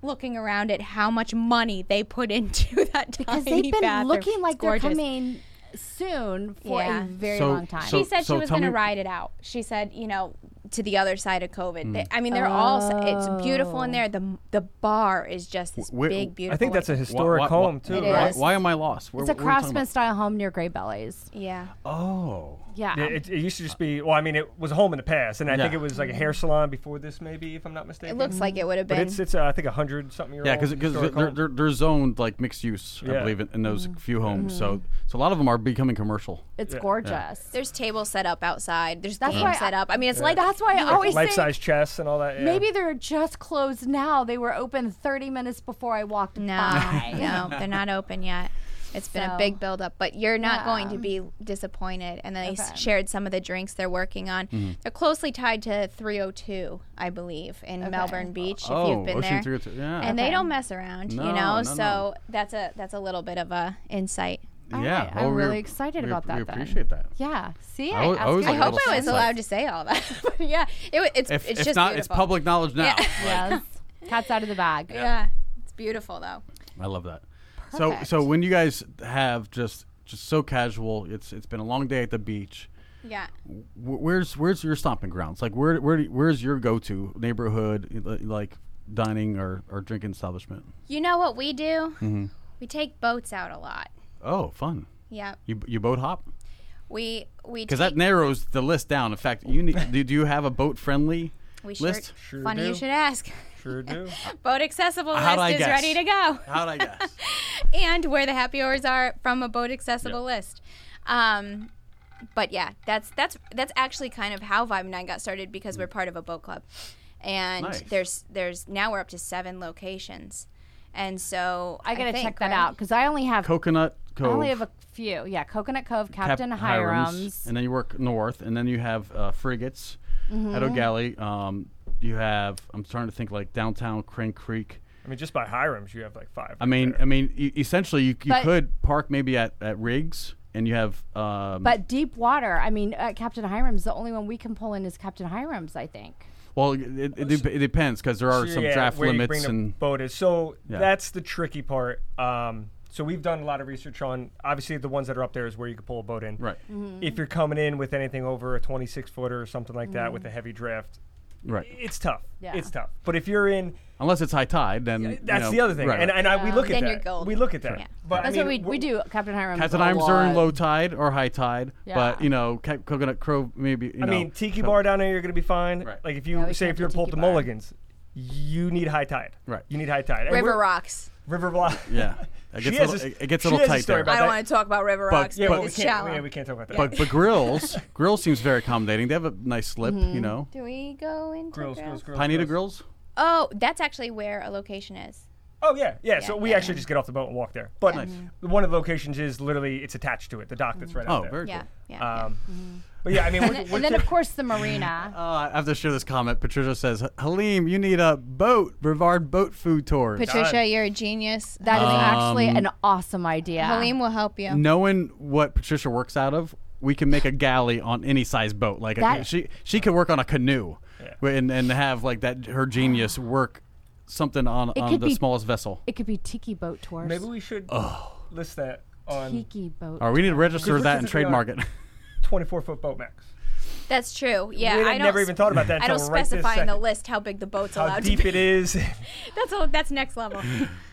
S3: looking around at how much money they put into that.
S2: because
S3: tiny
S2: they've been
S3: bathroom.
S2: looking
S3: It's
S2: like
S3: gorgeous.
S2: they're coming soon for
S3: Yeah.
S2: a very
S1: So-
S2: long time.
S1: so-
S3: She said she was
S1: tell
S3: going to
S1: me-
S3: ride it out. She said, you know, to the other side of COVID. They- I mean, they're all all. It's beautiful
S2: Oh.
S3: in there. The the bar is just this
S1: Wh- wh-
S3: big, beautiful.
S4: I think that's a
S1: Why-
S4: historic
S1: why-
S4: home
S1: why-
S4: too.
S3: It
S1: Why,
S3: is.
S1: why am I lost? Where-
S2: it's a
S1: what are you talking
S2: craftsman style home near Great Bellies.
S3: yeah.
S1: about? Oh.
S2: Yeah.
S4: Yeah, it, it used to just be. Well, I mean, it was a home in the past, and I think
S1: Yeah.
S4: it was like a hair salon before this, maybe, if I'm not mistaken.
S3: It looks like it would have
S4: but
S3: been.
S4: it's it's uh, I think a hundred something year
S1: Yeah,
S4: old.
S1: because because
S4: historic
S1: they're,
S4: home.
S1: they're they're zoned like mixed use, I
S4: Yeah.
S1: believe, in, in those
S3: Mm-hmm.
S1: few homes. So so a lot of them are becoming commercial.
S2: it's
S4: Yeah.
S2: gorgeous.
S3: there's tables set up outside. There's
S2: That's
S3: games
S2: why I-
S3: set up. I mean, it's like
S2: That's why I always
S4: life
S2: say
S4: size chests and all that. yeah.
S2: maybe they're just closed now. They were open 30 minutes before I walked
S3: No,
S2: by.
S3: no, they're not open yet. It's been
S2: So-
S3: a big buildup, but you're not
S2: Yeah.
S3: going to be disappointed. And then they s
S2: Okay.
S3: shared some of the drinks they're working on. They're closely tied to 302, I believe, in Melbourne Beach. If
S1: oh,
S3: you've been
S1: Ocean
S3: there,
S1: 302. Yeah.
S3: and they don't mess around,
S1: No,
S3: you
S1: no, no.
S3: know. so that's a that's a little bit of a insight.
S1: yeah.
S2: Alright,
S1: well,
S2: I'm
S1: we-
S2: really excited
S1: we-
S2: about that
S1: We
S2: then.
S1: appreciate that.
S2: Yeah. See,
S1: I
S2: I,
S1: always-
S2: ask
S1: I always
S2: you
S1: like
S3: I hope
S1: little
S3: I was
S1: sense.
S3: allowed to say all that. But yeah, it, wa- it's
S1: If,
S3: it's
S1: if
S3: just
S1: not, it's
S3: beautiful.
S1: public knowledge now.
S2: Yes. Cat's out of the bag.
S3: Yeah, it's beautiful though.
S1: I love that.
S2: Perfect.
S1: So so when you guys have just just so casual, it's it's been a long day at the beach.
S3: Yeah.
S1: Wh- Where's where's your stomping grounds? Like where where do- where's your go to neighborhood li- like dining or, or drinking establishment?
S3: You know what we do?
S1: Mm-hmm.
S3: We take boats out a lot.
S1: Oh, fun!
S3: Yeah.
S1: You you boat hop
S3: We we
S1: because
S3: take,
S1: that narrows the list down. In fact, you need do, do you have a boat friendly
S3: we sure,
S1: list?
S4: Sure
S3: funny you
S4: do.
S3: should ask.
S4: sure do.
S3: Boat accessible
S1: How'd I
S3: list is
S1: guess?
S3: ready to go.
S1: How'd I guess?
S3: and where the happy hours are from a boat accessible list. Um, but yeah, that's that's that's actually kind of how Vibe Nine got started
S4: Mm.
S3: because we're part of a boat club, and
S1: Nice.
S3: there's there's now we're up to seven locations, and so
S2: I got to
S3: think,
S2: check that
S3: right?
S2: out because I only have
S1: Coconut Cove.
S2: I only have a few. Yeah. Coconut Cove,
S1: Cap-
S2: Captain Hiram's.
S1: and then you work north, and then you have uh, frigates
S2: Mm-hmm.
S1: at O'Galley. Um, you have I'm trying to think like downtown Crane Creek.
S4: I mean, just by Hiram's, you have like five.
S1: I mean, I mean, e- essentially you, you
S2: But-
S1: could park maybe at at Riggs, and you have um,
S2: But deep water. I mean, uh, Captain Hiram's. The only one we can pull in is Captain Hiram's. I think.
S1: well, it, it, it, dep- it depends because there are
S4: Sure,
S1: some
S4: yeah,
S1: draft
S4: where you bring
S1: limits
S4: the
S1: and
S4: boat is. So
S1: Yeah.
S4: that's the tricky part. Um, so we've done a lot of research on. Obviously, the ones that are up there is where you can pull a boat in.
S1: right,
S3: Mm-hmm.
S4: If you're coming in with anything over a 26 footer or something like
S3: Mm-hmm.
S4: that with a heavy draft,
S1: right.
S4: it's tough.
S2: Yeah.
S4: It's tough. But if you're in,
S1: Unless it's high tide, then you
S4: that's
S1: know,
S4: the other thing.
S1: Right,
S4: And,
S1: right.
S4: and I, we look at
S3: Then
S4: that.
S3: you're golden.
S4: We look at that.
S3: Yeah.
S4: But I
S2: That's
S4: mean,
S2: what we, we
S4: w-
S2: do. Captain Hiram's.
S1: Captain
S2: a
S1: Himes are in
S2: lot.
S1: low tide or high tide, but
S2: Yeah.
S1: you know Ca- Coconut Cove maybe. You
S4: I
S1: know,
S4: mean, tiki
S1: so-
S4: bar down there, you're gonna be fine.
S1: Right.
S4: Like if
S2: Yeah,
S4: you
S2: we
S4: say
S2: can't
S4: if
S2: do
S4: you're pulled
S2: tiki
S4: to
S2: bar.
S4: Mulligans, you need high tide.
S1: Right.
S4: You need high tide. And
S3: River
S4: we're-
S3: Rocks.
S4: River Block.
S1: Yeah, it
S4: She
S1: gets a
S4: has
S1: little,
S4: a-
S1: it- it gets a
S4: she
S1: little
S4: has a
S1: tight
S4: story
S1: there.
S4: about
S3: I
S4: that-
S3: don't want to talk about River Rocks.
S4: Yeah,
S3: but
S4: but we
S3: it's
S4: can't.
S3: shallow.
S4: Yeah, we can't talk about that.
S1: But but grills, grills seems very accommodating. They have a nice slip,
S2: Mm-hmm.
S1: you know.
S3: Do we go into
S4: grills, grills, grills.
S1: Pineda
S4: grills.
S1: grills.
S3: Oh, that's actually where a location is.
S4: Oh yeah, yeah. so
S3: Yeah,
S4: we
S3: yeah,
S4: actually just get off the boat and walk there. But
S1: Nice.
S4: one of the locations is literally it's attached to it. The dock that's right
S1: Oh,
S4: out there.
S1: very
S3: Yeah,
S1: cool.
S3: yeah. yeah.
S4: Um, But yeah, I mean, we're, we're
S2: Mm-hmm. And then of
S4: typ-
S2: course the marina.
S1: Uh, I have to share this comment. Patricia says, "Halim, you need a boat, Brevard boat food tour."
S3: Patricia, you're a genius.
S2: That is
S1: Um,
S2: actually an awesome idea.
S3: Halim will help you.
S1: Knowing what Patricia works out of, we can make a galley on any size boat. Like a,
S2: That-
S1: she she could work on a canoe,
S4: Yeah.
S1: and and have like that her genius work something on, on
S2: could
S1: the
S2: be-
S1: smallest vessel.
S2: It could be tiki boat tours.
S4: Maybe we should
S1: Oh.
S4: list that on
S2: tiki boat.
S1: All right, we need to register
S4: Because
S1: that and
S4: what's it
S1: trademark
S4: called?
S1: it.
S4: 24 foot boat max.
S3: That's true. Yeah,
S4: we
S3: I
S4: had
S3: don't
S4: never even thought about that.
S3: I don't
S4: until right this
S3: specify in the
S4: second.
S3: list how big the boat's
S4: How
S3: allowed
S4: deep
S3: to
S4: it is.
S3: be. That's all, that's next level.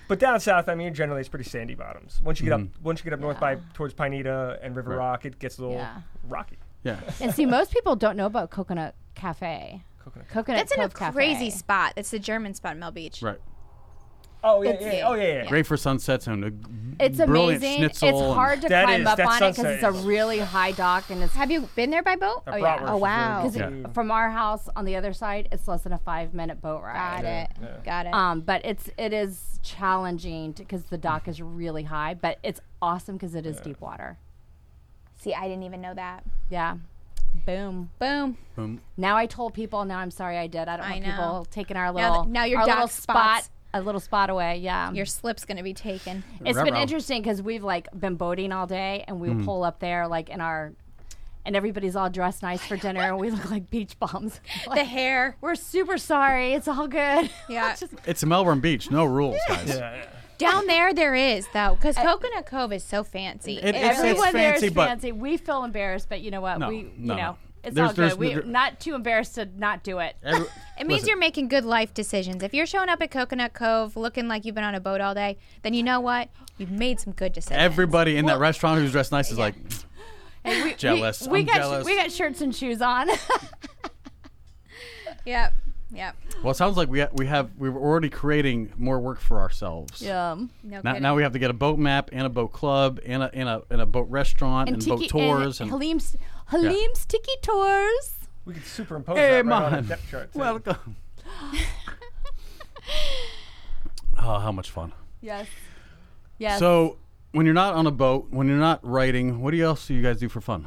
S4: But down south, I mean, generally it's pretty sandy bottoms. Once you get up, once you get up north by towards Pineda and River
S1: Mm. Right.
S4: Rock, it gets a little
S2: Yeah.
S4: rocky.
S1: yeah,
S2: and see, most people don't know about Coconut Cafe.
S4: Coconut.
S2: Coconut
S3: that's in a
S2: Cove Cafe.
S3: crazy spot. It's the German spot in Mel Beach.
S1: right.
S4: Oh yeah,
S3: It's
S4: yeah,
S3: it.
S4: oh yeah, yeah.
S1: Great for sunsets and a
S2: It's
S1: brilliant
S2: amazing. It's
S1: schnitzel. and-
S2: hard to
S4: That
S2: climb
S4: is-
S2: up
S4: that
S2: on it because
S4: sunset
S2: it's a
S4: is-
S2: really high dock and it's
S3: Have you been there by boat?
S4: That
S3: oh
S4: bratwurst
S3: yeah.
S4: is
S2: Oh, wow.
S4: really
S2: 'Cause
S4: good.
S2: it- from our house on the other side, it's less than a five minute boat
S3: Got
S2: ride.
S3: it.
S4: yeah.
S3: Got it.
S2: Um, but it's it is challenging because the dock is really high, but it's awesome because it is deep water.
S3: See, I didn't even know that.
S2: Yeah. Boom.
S3: Boom.
S1: Boom.
S2: Now I told people. Now I'm sorry I did. I don't
S3: I
S2: want
S3: know.
S2: people taking our
S3: Now
S2: little
S3: th- now your
S2: our
S3: dock
S2: little spot
S3: spots.
S2: a little spot away. Yeah.
S3: Your slip's gonna be taken.
S2: It's been
S1: Ruh-roh.
S2: interesting because we've like been boating all day, and we pull up there like in our, and everybody's all dressed nice for dinner, and we look like beach bums.
S3: The
S2: Like,
S3: hair.
S2: we're super sorry. It's all good.
S3: Yeah.
S1: It's Melbourne Beach. No rules, guys.
S4: Yeah, yeah.
S3: Down there, there is though, because Coconut Cove is so fancy.
S1: It- it's-
S3: really-
S2: Everyone there is
S1: fancy, but-
S2: fancy. We feel embarrassed, but you know what?
S1: No,
S2: we you
S1: no, no.
S2: know it's
S1: There's-
S2: all
S1: there's
S2: good. We
S1: no-
S2: not too embarrassed to not do it.
S1: Every-
S3: it means
S1: listen,
S3: you're making good life decisions. If you're showing up at Coconut Cove looking like you've been on a boat all day, then you know what? You've made some good decisions.
S1: Everybody in that restaurant who's dressed nice is like,
S2: Hey, we,
S1: Jealous.
S2: We, we
S1: I'm
S2: got
S1: jealous.
S2: we got shirts and shoes on.
S3: Yep. Yep.
S1: well, it sounds like we ha- we have we were already creating more work for ourselves.
S2: yeah.
S3: No
S1: Now,
S3: kidding.
S1: now we have to get a boat map and a boat club and a and a, and a boat restaurant and, boat tours and,
S2: Halim's Halim's Tiki Tours.
S4: We could superimpose
S1: Hey,
S4: that right on a
S1: man.
S4: depth chart. too.
S1: welcome. oh, how much fun!
S2: Yes. Yes.
S1: So, when you're not on a boat, when you're not writing, what do you else do you guys do for fun?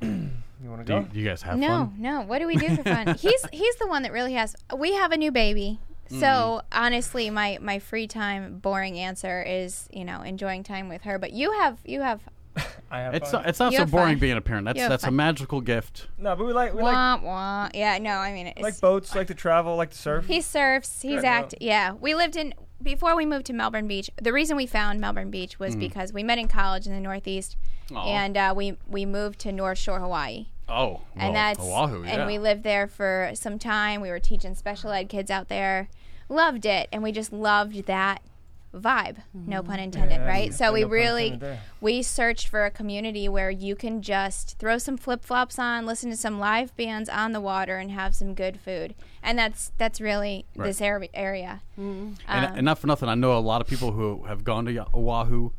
S4: you want to
S1: Do
S4: go?
S1: you, do you guys have
S3: no,
S1: fun?
S3: no. What do we do for fun? he's he's the one that really has. We have a new baby, so honestly, my my free time, boring answer is you know enjoying time with her. But you have you have.
S4: I have
S1: It's
S4: fun.
S1: not, it's not
S3: You
S1: so
S3: have
S1: boring
S3: fun.
S1: being a parent. That's
S3: have
S1: that's a
S3: fun.
S1: magical gift.
S4: no, but we like we like
S3: Wah, wah. Yeah, no, I mean it's,
S4: like boats, like to travel, like to surf.
S3: He surfs. He's
S4: Good.
S3: act. Yeah, we lived in before we moved to Melbourne Beach. The reason we found Melbourne Beach was because we met in college in the Northeast,
S1: Aw.
S3: and uh, we we moved to North Shore, Hawaii,
S1: Oh, well,
S3: and that's
S1: Oahu, yeah.
S3: and we lived there for some time. We were teaching special ed kids out there, loved it, and we just loved that vibe. No pun intended,
S4: Mm-hmm. Yeah,
S3: right? So we
S4: no pun
S3: really
S4: intended there.
S3: we searched for a community where you can just throw some flip flops on, listen to some live bands on the water, and have some good food. And that's that's really
S1: Right.
S3: this ar- area.
S1: And, and not for nothing, I know a lot of people who have gone to Ya- Oahu,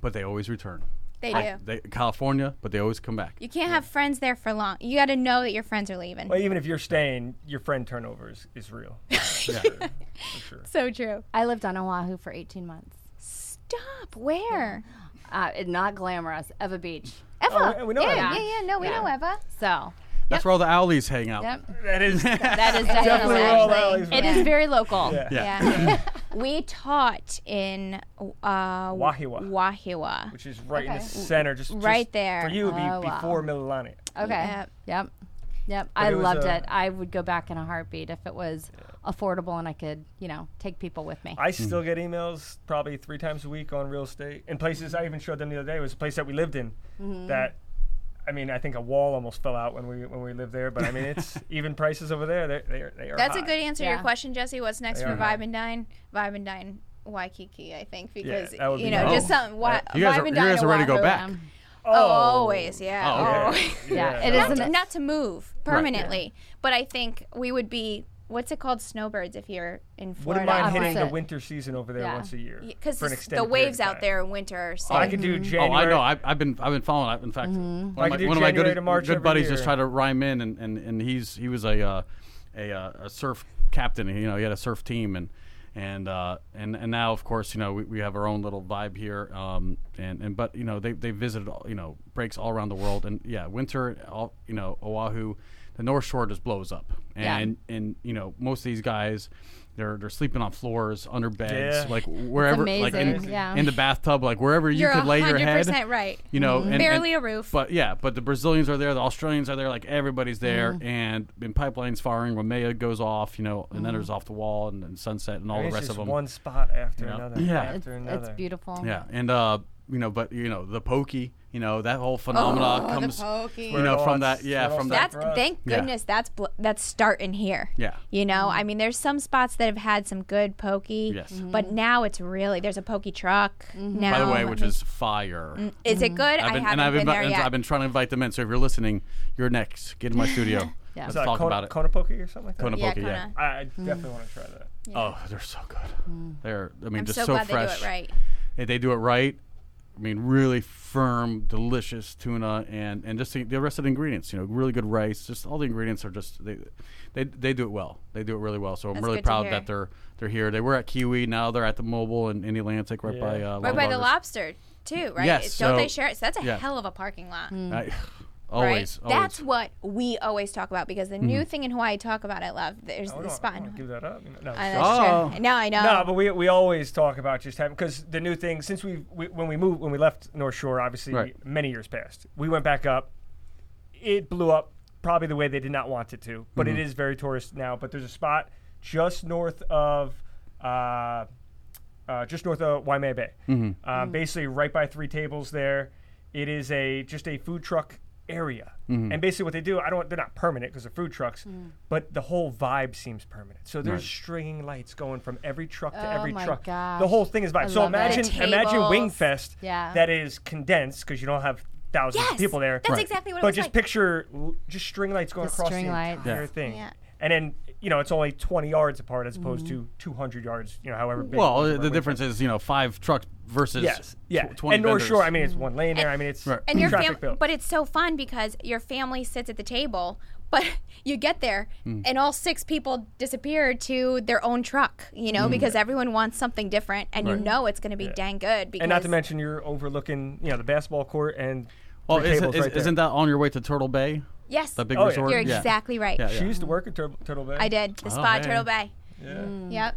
S1: but they always return.
S3: They
S1: Like,
S3: do.
S1: They, California, but they always come back.
S3: You can't have friends there for long. You got to know that your friends are leaving.
S4: Well, even if you're staying, your friend turnover is, is real.
S1: Yeah.
S4: For sure.
S3: so true.
S2: I lived on Oahu for 18 months.
S3: Stop. Where?
S2: Uh, it- not glamorous, Eva Beach.
S3: Eva.
S4: Oh, we- we know
S3: yeah,
S4: Eva.
S3: yeah, yeah. No, we know Eva.
S2: So,
S1: That's where all the owlies hang out.
S2: yep,
S4: That is
S2: that is
S4: definitely
S2: definitely.
S4: where all
S3: actually-
S4: alleys
S2: It
S4: were.
S2: is very local.
S4: Yeah.
S1: Yeah.
S3: Yeah. we taught in uh,
S4: Wahiwa.
S3: Wahiwa.
S4: Which is right in the
S2: Okay.
S4: center, just
S3: Right
S4: just
S3: there.
S4: For you, it'd be
S2: Oh, wow.
S4: before Mililani.
S2: Okay.
S3: Yep.
S2: Yep. Yep. I
S4: it was,
S2: loved
S4: uh,
S2: it. I would go back in a heartbeat if it was affordable and I could, you know, take people with me.
S1: Hmm.
S4: I still get emails probably three times a week on real estate and places. I even showed them the other day. It was a place that we lived in that. I mean, I think a wall almost fell out when we when we lived there, but I mean, it's even prices over there. They're, they're, they are.
S3: That's a
S4: high.
S3: good answer to your
S2: Yeah.
S3: question, Jesse. What's next
S4: They
S3: for
S4: are high.
S3: Vibe and Dine? Vibe and Dine Waikiki, I think, because
S4: that would be
S3: you know,
S1: nice.
S3: just
S1: Oh.
S3: something. Wa-
S1: You guys
S3: Vibe
S1: are, you
S3: and Dine
S1: guys are ready to go
S3: Oahu.
S1: back.
S2: Um,
S3: Oh, always, yeah.
S1: Oh,
S3: always.
S2: yeah,
S4: Yeah.
S2: it
S3: not,
S2: is
S3: to,
S2: an
S3: not to move permanently, but I think we would be. What's it called? Snowbirds, if you're in
S4: Wouldn't
S3: Florida.
S4: mind hitting the
S2: Opposite.
S4: winter season over there
S2: Yeah.
S4: once a year
S3: because
S4: for an
S3: the
S4: extended period
S3: waves
S4: of
S3: out
S4: time.
S3: there in winter are so.
S4: I can do January.
S1: Oh, I know. I, I've been I've been following. that. In fact, one
S4: I
S1: of my,
S4: could do
S1: one of my
S4: January
S1: good,
S4: to March
S1: good
S4: every
S1: buddies
S4: year.
S1: just tried to rhyme in, and, and, and he's he was a uh, a, uh, a surf captain. You know, he had a surf team, and and uh, and and now of course you know we, we have our own little vibe here. Um, and, and but you know they they visited all, you know breaks all around the world, and yeah, winter all you know Oahu. the North Shore just blows up,
S2: Yeah.
S1: and and you know most of these guys. They're, they're sleeping on floors, under beds,
S4: Yeah.
S1: like wherever, like in,
S2: amazing, yeah.
S1: in the bathtub, like wherever you
S3: You're
S1: could lay your head.
S3: 100% right. Mm-hmm.
S1: You know, and- and-
S3: Barely a roof.
S1: But yeah, but the Brazilians are there, the Australians are there, like everybody's there,
S3: Mm-hmm.
S1: and in pipelines firing, Romea goes off, you know, and then
S3: Mm-hmm.
S1: there's off the wall and, and sunset and all the
S4: it's
S1: rest
S4: just
S1: of them.
S4: one spot after
S1: know?
S4: another.
S1: Yeah.
S4: After another.
S2: It's beautiful.
S1: Yeah, and uh, you know, but you know, the pokey, you know, that whole phenomena
S3: Oh,
S1: comes, you
S4: Where it
S1: know,
S4: all
S1: from
S4: s-
S1: that, yeah,
S4: where it
S1: from
S4: all
S1: that,
S3: that's
S4: for us.
S3: thank
S1: Yeah.
S3: goodness that's bl- that's starting here.
S1: Yeah.
S3: You know, I mean, there's some spots that have had some good pokey,
S1: Yes. Mhm.
S3: but now it's really there's a pokey truck now.
S1: by the way, which
S3: I mean,
S1: is fire.
S3: is it good? Mm, I haven't
S1: and I've
S3: been,
S1: been,
S3: there
S1: and
S3: yet.
S1: I've been trying to invite them in. So if you're listening, you're next. Get in my studio.
S2: Yeah.
S1: Let's
S2: Is
S4: Is that
S1: talk
S4: Kona,
S1: about it.
S4: Kona Poke or something like that?
S1: Kona
S3: Yeah,
S1: pokey, yeah.
S3: Kona.
S4: I I definitely want to try that.
S1: Oh, they're so good. They're, I mean,
S3: Mm. I'm
S1: just
S3: so,
S1: so,
S3: glad
S1: fresh.
S3: they do it right.
S1: if they do it right, I mean, really firm, delicious tuna, and and just the, the rest of the ingredients. You know, really good rice. Just all the ingredients are just they they, they do it well. They do it really well. So I'm
S3: That's
S1: really
S3: good to
S1: proud
S3: hear.
S1: that they're they're here. They were at Kiwi, now they're at the Mobile and in the Atlantic, right by
S4: Yeah.
S1: uh,
S3: Right by the
S1: Longaberger's.
S3: lobster too, right?
S1: Yes,
S3: Don't
S1: so-
S3: they share it? So that's a
S1: yeah.
S3: hell of a parking lot.
S1: I-
S3: right?
S1: always, Mm-hmm. always.
S3: Mm. That's what we always talk about because the new thing in Hawaii talk about Oh, I love. There's
S4: I
S3: the
S4: don't,
S3: spot.
S4: Oh, I
S3: in
S4: don't give that up. you know. No,
S3: I
S4: so-
S1: Oh.
S3: know, sure. Now I know.
S4: No, but we, we always talk about just having because the new thing since we, we when we moved when we left North Shore obviously
S1: Right.
S4: many years past we went back up it blew up probably the way they did not want it to but it is very tourist now but there's a spot just north of uh, uh, just north of Waimea Bay uh,
S2: Mm.
S4: basically right by Three Tables there it is a just a food truck area and basically what they do I don't they're not permanent because they're food trucks
S2: Mm.
S4: but the whole vibe seems permanent so there's stringing lights going from every truck to every
S2: Oh my
S4: truck the
S2: gosh.
S4: whole thing is vibe
S2: I
S4: so
S2: love it.
S4: imagine
S3: The
S4: imagine
S3: tables.
S4: Wing Fest
S2: Yeah.
S4: that is condensed because you don't have thousands
S3: Yes,
S4: of people there
S3: That's exactly what
S4: but
S3: it was
S4: just
S3: like.
S4: picture l- just string lights going
S2: The
S4: across
S2: string
S4: the
S2: lights.
S4: entire
S1: Yeah.
S4: thing,
S3: Yeah.
S4: and then you know it's only 20 yards apart as opposed
S2: Mm-hmm.
S4: to 200 yards. You know, however. Big
S1: well,
S4: it is,
S1: the,
S4: right?
S1: difference is you know five trucks versus
S4: Yes.
S1: tw-
S4: Yeah.
S1: 20
S4: and North
S1: vendors.
S4: Shore, I mean, it's one lane there. I mean, it's
S1: Right.
S3: and your
S4: traffic
S3: family
S4: built.
S3: but it's so fun because your family sits at the table but you get there
S4: Hmm.
S3: and all six people disappear to their own truck you
S4: Hmm.
S3: know because everyone wants something different and
S1: Right.
S3: you know it's going to be dang good because
S4: and not to mention you're overlooking, you know, the basketball court and
S1: Oh,
S4: three
S1: is,
S4: tables right there.
S1: not that on your way to Turtle Bay?
S3: yes
S1: That big
S4: Oh, yeah. Oh,
S1: resort.
S3: you're
S1: Yeah.
S3: exactly right
S1: Yeah, yeah.
S4: she used to work at Turtle, Turtle Bay.
S3: i did Mm, the spa
S1: hey.
S3: turtle bay
S4: Yeah.
S3: yep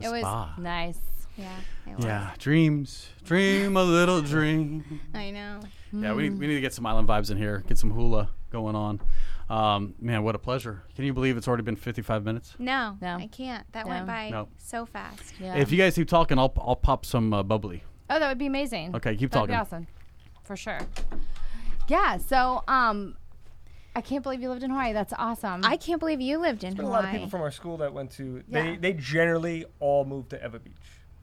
S3: it was
S1: Spa.
S2: Nice.
S3: yeah it was.
S1: Yeah, dreams, dream a little dream.
S3: i know
S1: Yeah, we need, we need to get some island vibes in here, get some hula going on. Um, man, what a pleasure. Can you believe it's already been 55 minutes?
S3: no,
S2: No.
S3: i can't that
S2: No.
S3: went by
S1: No.
S3: so fast
S2: Yeah.
S1: If you guys keep talking, I'll, I'll pop some uh, bubbly.
S2: Oh, that would be amazing.
S1: Okay, keep
S2: That'd
S1: talking.
S2: be awesome, for sure. Yeah. So, um, I can't believe you lived in Hawaii. That's awesome.
S3: i can't believe you lived in
S4: There
S3: hawaii
S4: were a lot of people from our school that went to.
S2: Yeah.
S4: They they generally all moved to Eva Beach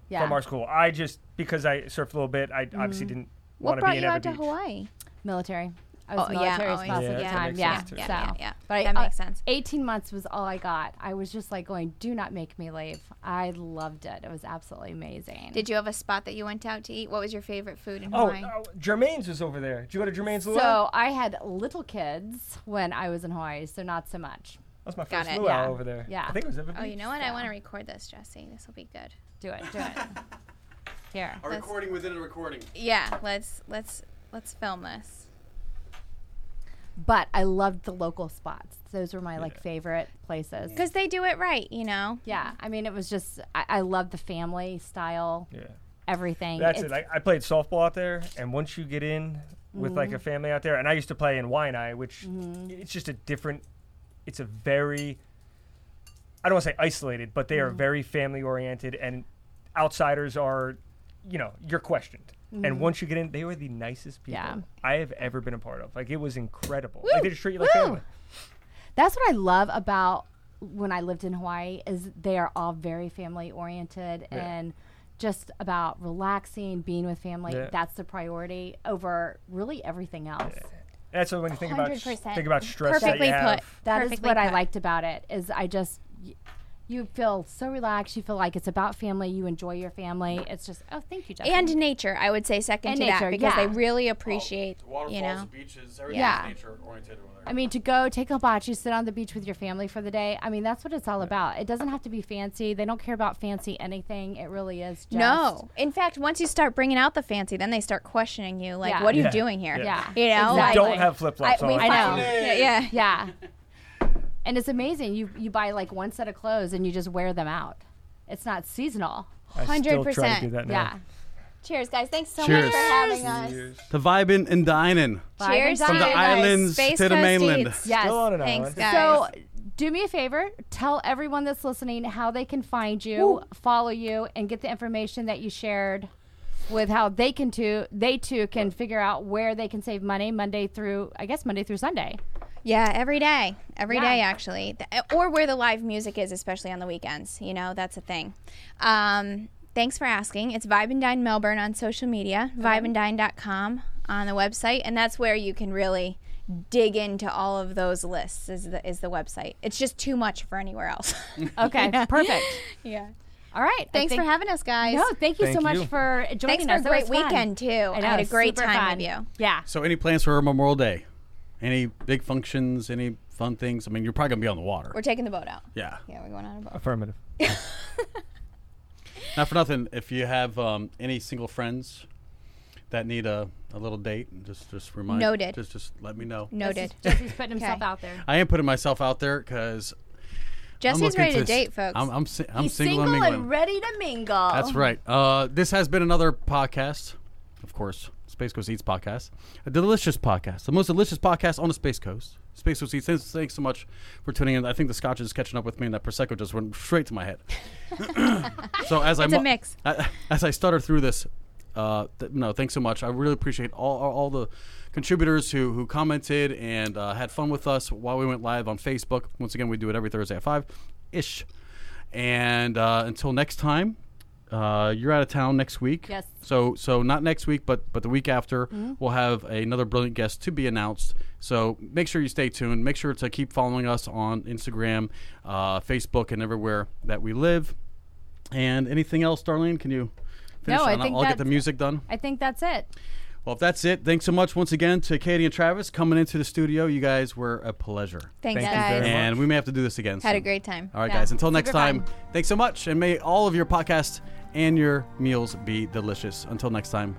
S2: Yeah.
S4: from our school. I just because I surfed a little bit, I obviously didn't
S3: Mm. what
S4: want to
S3: brought
S4: be in
S3: you
S4: Eva
S3: out to
S4: Beach.
S3: Hawaii
S2: military. I was
S3: Oh, yeah,
S2: military
S3: oh,
S2: spouse
S3: yeah,
S2: at the
S4: yeah, that
S2: time.
S4: makes
S2: Yeah,
S4: sense
S2: so
S4: too.
S3: Yeah, yeah, yeah.
S2: But I-
S3: That
S2: uh,
S3: makes sense.
S2: Eighteen months was all I got. I was just like going, "Do not make me leave." I loved it. It was absolutely amazing.
S3: Did you have a spot that you went out to eat? What was your favorite food in
S4: Oh,
S3: Hawaii?
S4: uh, Jermaine's was over there. Did you go to Jermaine's Luau?
S2: so I had little kids when I was in Hawaii, so not so much.
S4: That's my
S3: Got
S4: first
S3: it.
S4: luau
S2: Yeah.
S4: over there.
S2: Yeah.
S4: I think it was Eva
S3: oh,
S4: Beach.
S3: you know what? I want to record this, Jesse. This will be good.
S2: Do it. Do it. Here.
S1: A recording within a recording.
S3: Yeah, let's let's let's film this.
S2: But I loved the local spots. Those were my like favorite places.
S3: Cuz they do it right, you know.
S2: Yeah, I mean, it was just I, I loved the family style,
S4: Yeah.
S2: everything.
S4: That's
S2: It's-
S4: it. I, I played softball out there, and once you get in with like a
S2: Mm-hmm.
S4: family out there, and I used to play in Waianae, which it's just a different. It's a very. I don't want to say isolated, but they
S2: Mm-hmm.
S4: are very family oriented, and outsiders are, you know, you're questioned. And once you get in, they were the nicest people
S2: Mm-hmm. Yeah.
S4: I have ever been a part of. Like it was incredible. Like they just treat you like
S2: Woo!
S4: family.
S2: That's what I love about when I lived in Hawaii is they are all very family oriented
S4: Yeah.
S2: and just about relaxing, being with family.
S4: Yeah.
S2: That's the priority over really everything else.
S4: That's what when you think about
S3: 100%.
S4: think about stress
S3: Perfectly
S4: that you have.
S3: put.
S2: That is
S3: Perfectly
S2: what I
S3: put.
S2: liked about it is I just y- you feel so relaxed. You feel like it's about family. You enjoy your family. It's just oh, thank you, Justin.
S3: And nature, I would say second
S2: And
S3: to
S2: nature,
S3: that because
S2: yeah.
S3: they really
S1: Oh,
S3: appreciate, you know.
S1: beaches,
S2: Yeah.
S1: nature oriented over there.
S2: I mean, to go take a hibachi, sit on the beach with your family for the day. I mean, that's what it's all about. It doesn't have to be fancy. They don't care about fancy anything. It really is just
S3: No. In fact, once you start bringing out the fancy, then they start questioning you like
S2: Yeah.
S3: what are
S4: Yeah.
S3: you doing here?
S4: Yeah.
S2: Yeah.
S3: You know,
S2: Exactly.
S3: like
S4: Don't have flip flops
S3: I,
S4: on.
S3: we
S2: I
S3: find-
S2: know.
S3: Yeah. yeah.
S2: Yeah. and it's amazing. You you buy like one set of clothes and you just wear them out. It's not seasonal.
S4: I still try to do
S3: 100%.
S4: that now.
S2: Yeah.
S3: Cheers, guys. Thanks so
S1: Cheers.
S3: much for having us.
S4: Cheers.
S1: The vibing and dining.
S2: Vibe
S3: Cheers
S2: and dine.
S3: to you
S1: the
S3: guys.
S1: islands
S3: Space
S1: to the
S3: Coast
S1: mainland.
S3: Eats.
S2: Yes.
S4: Still on an
S3: Thanks,
S4: island.
S3: guys.
S2: So do me a favor, tell everyone that's listening how they can find you, follow you, and get the information that you shared with how they can too they too can figure out where they can save money Monday through I guess Monday through Sunday.
S3: Yeah, every day. every day
S2: Yeah.
S3: actually. Th- eh, Or where the live music is, especially on the weekends. You know, that's a thing. Um, thanks for asking. It's Vibe and Dine Melbourne on social media, vibeanddine.com on the website. And that's where you can really dig into all of those lists is the, is the website. It's just too much for anywhere else.
S2: Okay, perfect.
S3: yeah.
S2: All right. I
S3: Thanks
S2: think-
S3: for having us, guys.
S2: No, thank you
S4: Thank
S2: so much
S4: you.
S2: for joining
S3: Thanks for
S2: us.
S3: a
S2: That
S3: great
S2: was fun.
S3: weekend too. I,
S2: know,
S3: had a
S2: it's
S3: great
S2: super
S3: time
S2: fun.
S3: with you.
S2: Yeah.
S1: So, any plans for Memorial Day? Any big functions? Any fun things? I mean, you're probably gonna be on the water.
S3: We're taking the boat out.
S1: yeah.
S3: Yeah, we're going on a boat.
S4: Affirmative.
S1: Not for nothing. If you have um, any single friends that need a, a little date, just just remind.
S3: Noted.
S1: Just just let me know.
S3: Noted.
S2: Jesse's putting himself
S3: Okay.
S2: out there.
S1: I am putting myself out there because I'm
S3: Jesse's
S1: looking
S3: ready to
S1: s-
S3: date, folks.
S1: I'm I'm, si- I'm
S2: He's
S1: single, in England.
S2: and ready to mingle.
S1: That's right. Uh, this has been another podcast, of course, Space Coast Eats podcast, a delicious podcast, the most delicious podcast on the Space Coast. Space Coast Eats. Thanks, thanks so much for tuning in. I think the scotch is catching up with me, and that prosecco just went straight to my head. so as
S3: It's
S1: I
S3: a
S1: mu-
S3: mix.
S1: I, as I stutter through this, uh, th- no, thanks so much. I really appreciate all all, all the contributors who who commented and uh, had fun with us while we went live on Facebook. Once again, we do it every Thursday at five, ish. And uh, until next time, uh, you're out of town next week.
S2: Yes.
S1: So so not next week, but but the week after,
S3: Mm-hmm.
S1: we'll have another brilliant guest to be announced. So make sure you stay tuned. Make sure to keep following us on Instagram, uh, Facebook, and everywhere that we live. And anything else, Darlene? Can you finish?
S2: No, I
S1: And
S2: think
S1: I'll get the
S2: that's-
S1: music done.
S2: I think that's it.
S1: Well, if that's it, thanks so much once again to Katie and Travis coming into the studio. You guys were a pleasure.
S3: Thanks,
S4: Thank you
S3: guys.
S4: very much.
S1: And we may have to do this again.
S3: Had a
S1: soon.
S3: great time.
S1: All right,
S2: Yeah.
S1: guys. Until
S2: Super
S1: next time,
S2: fun.
S1: thanks so much, and may all of your podcasts and your meals be delicious. Until next time,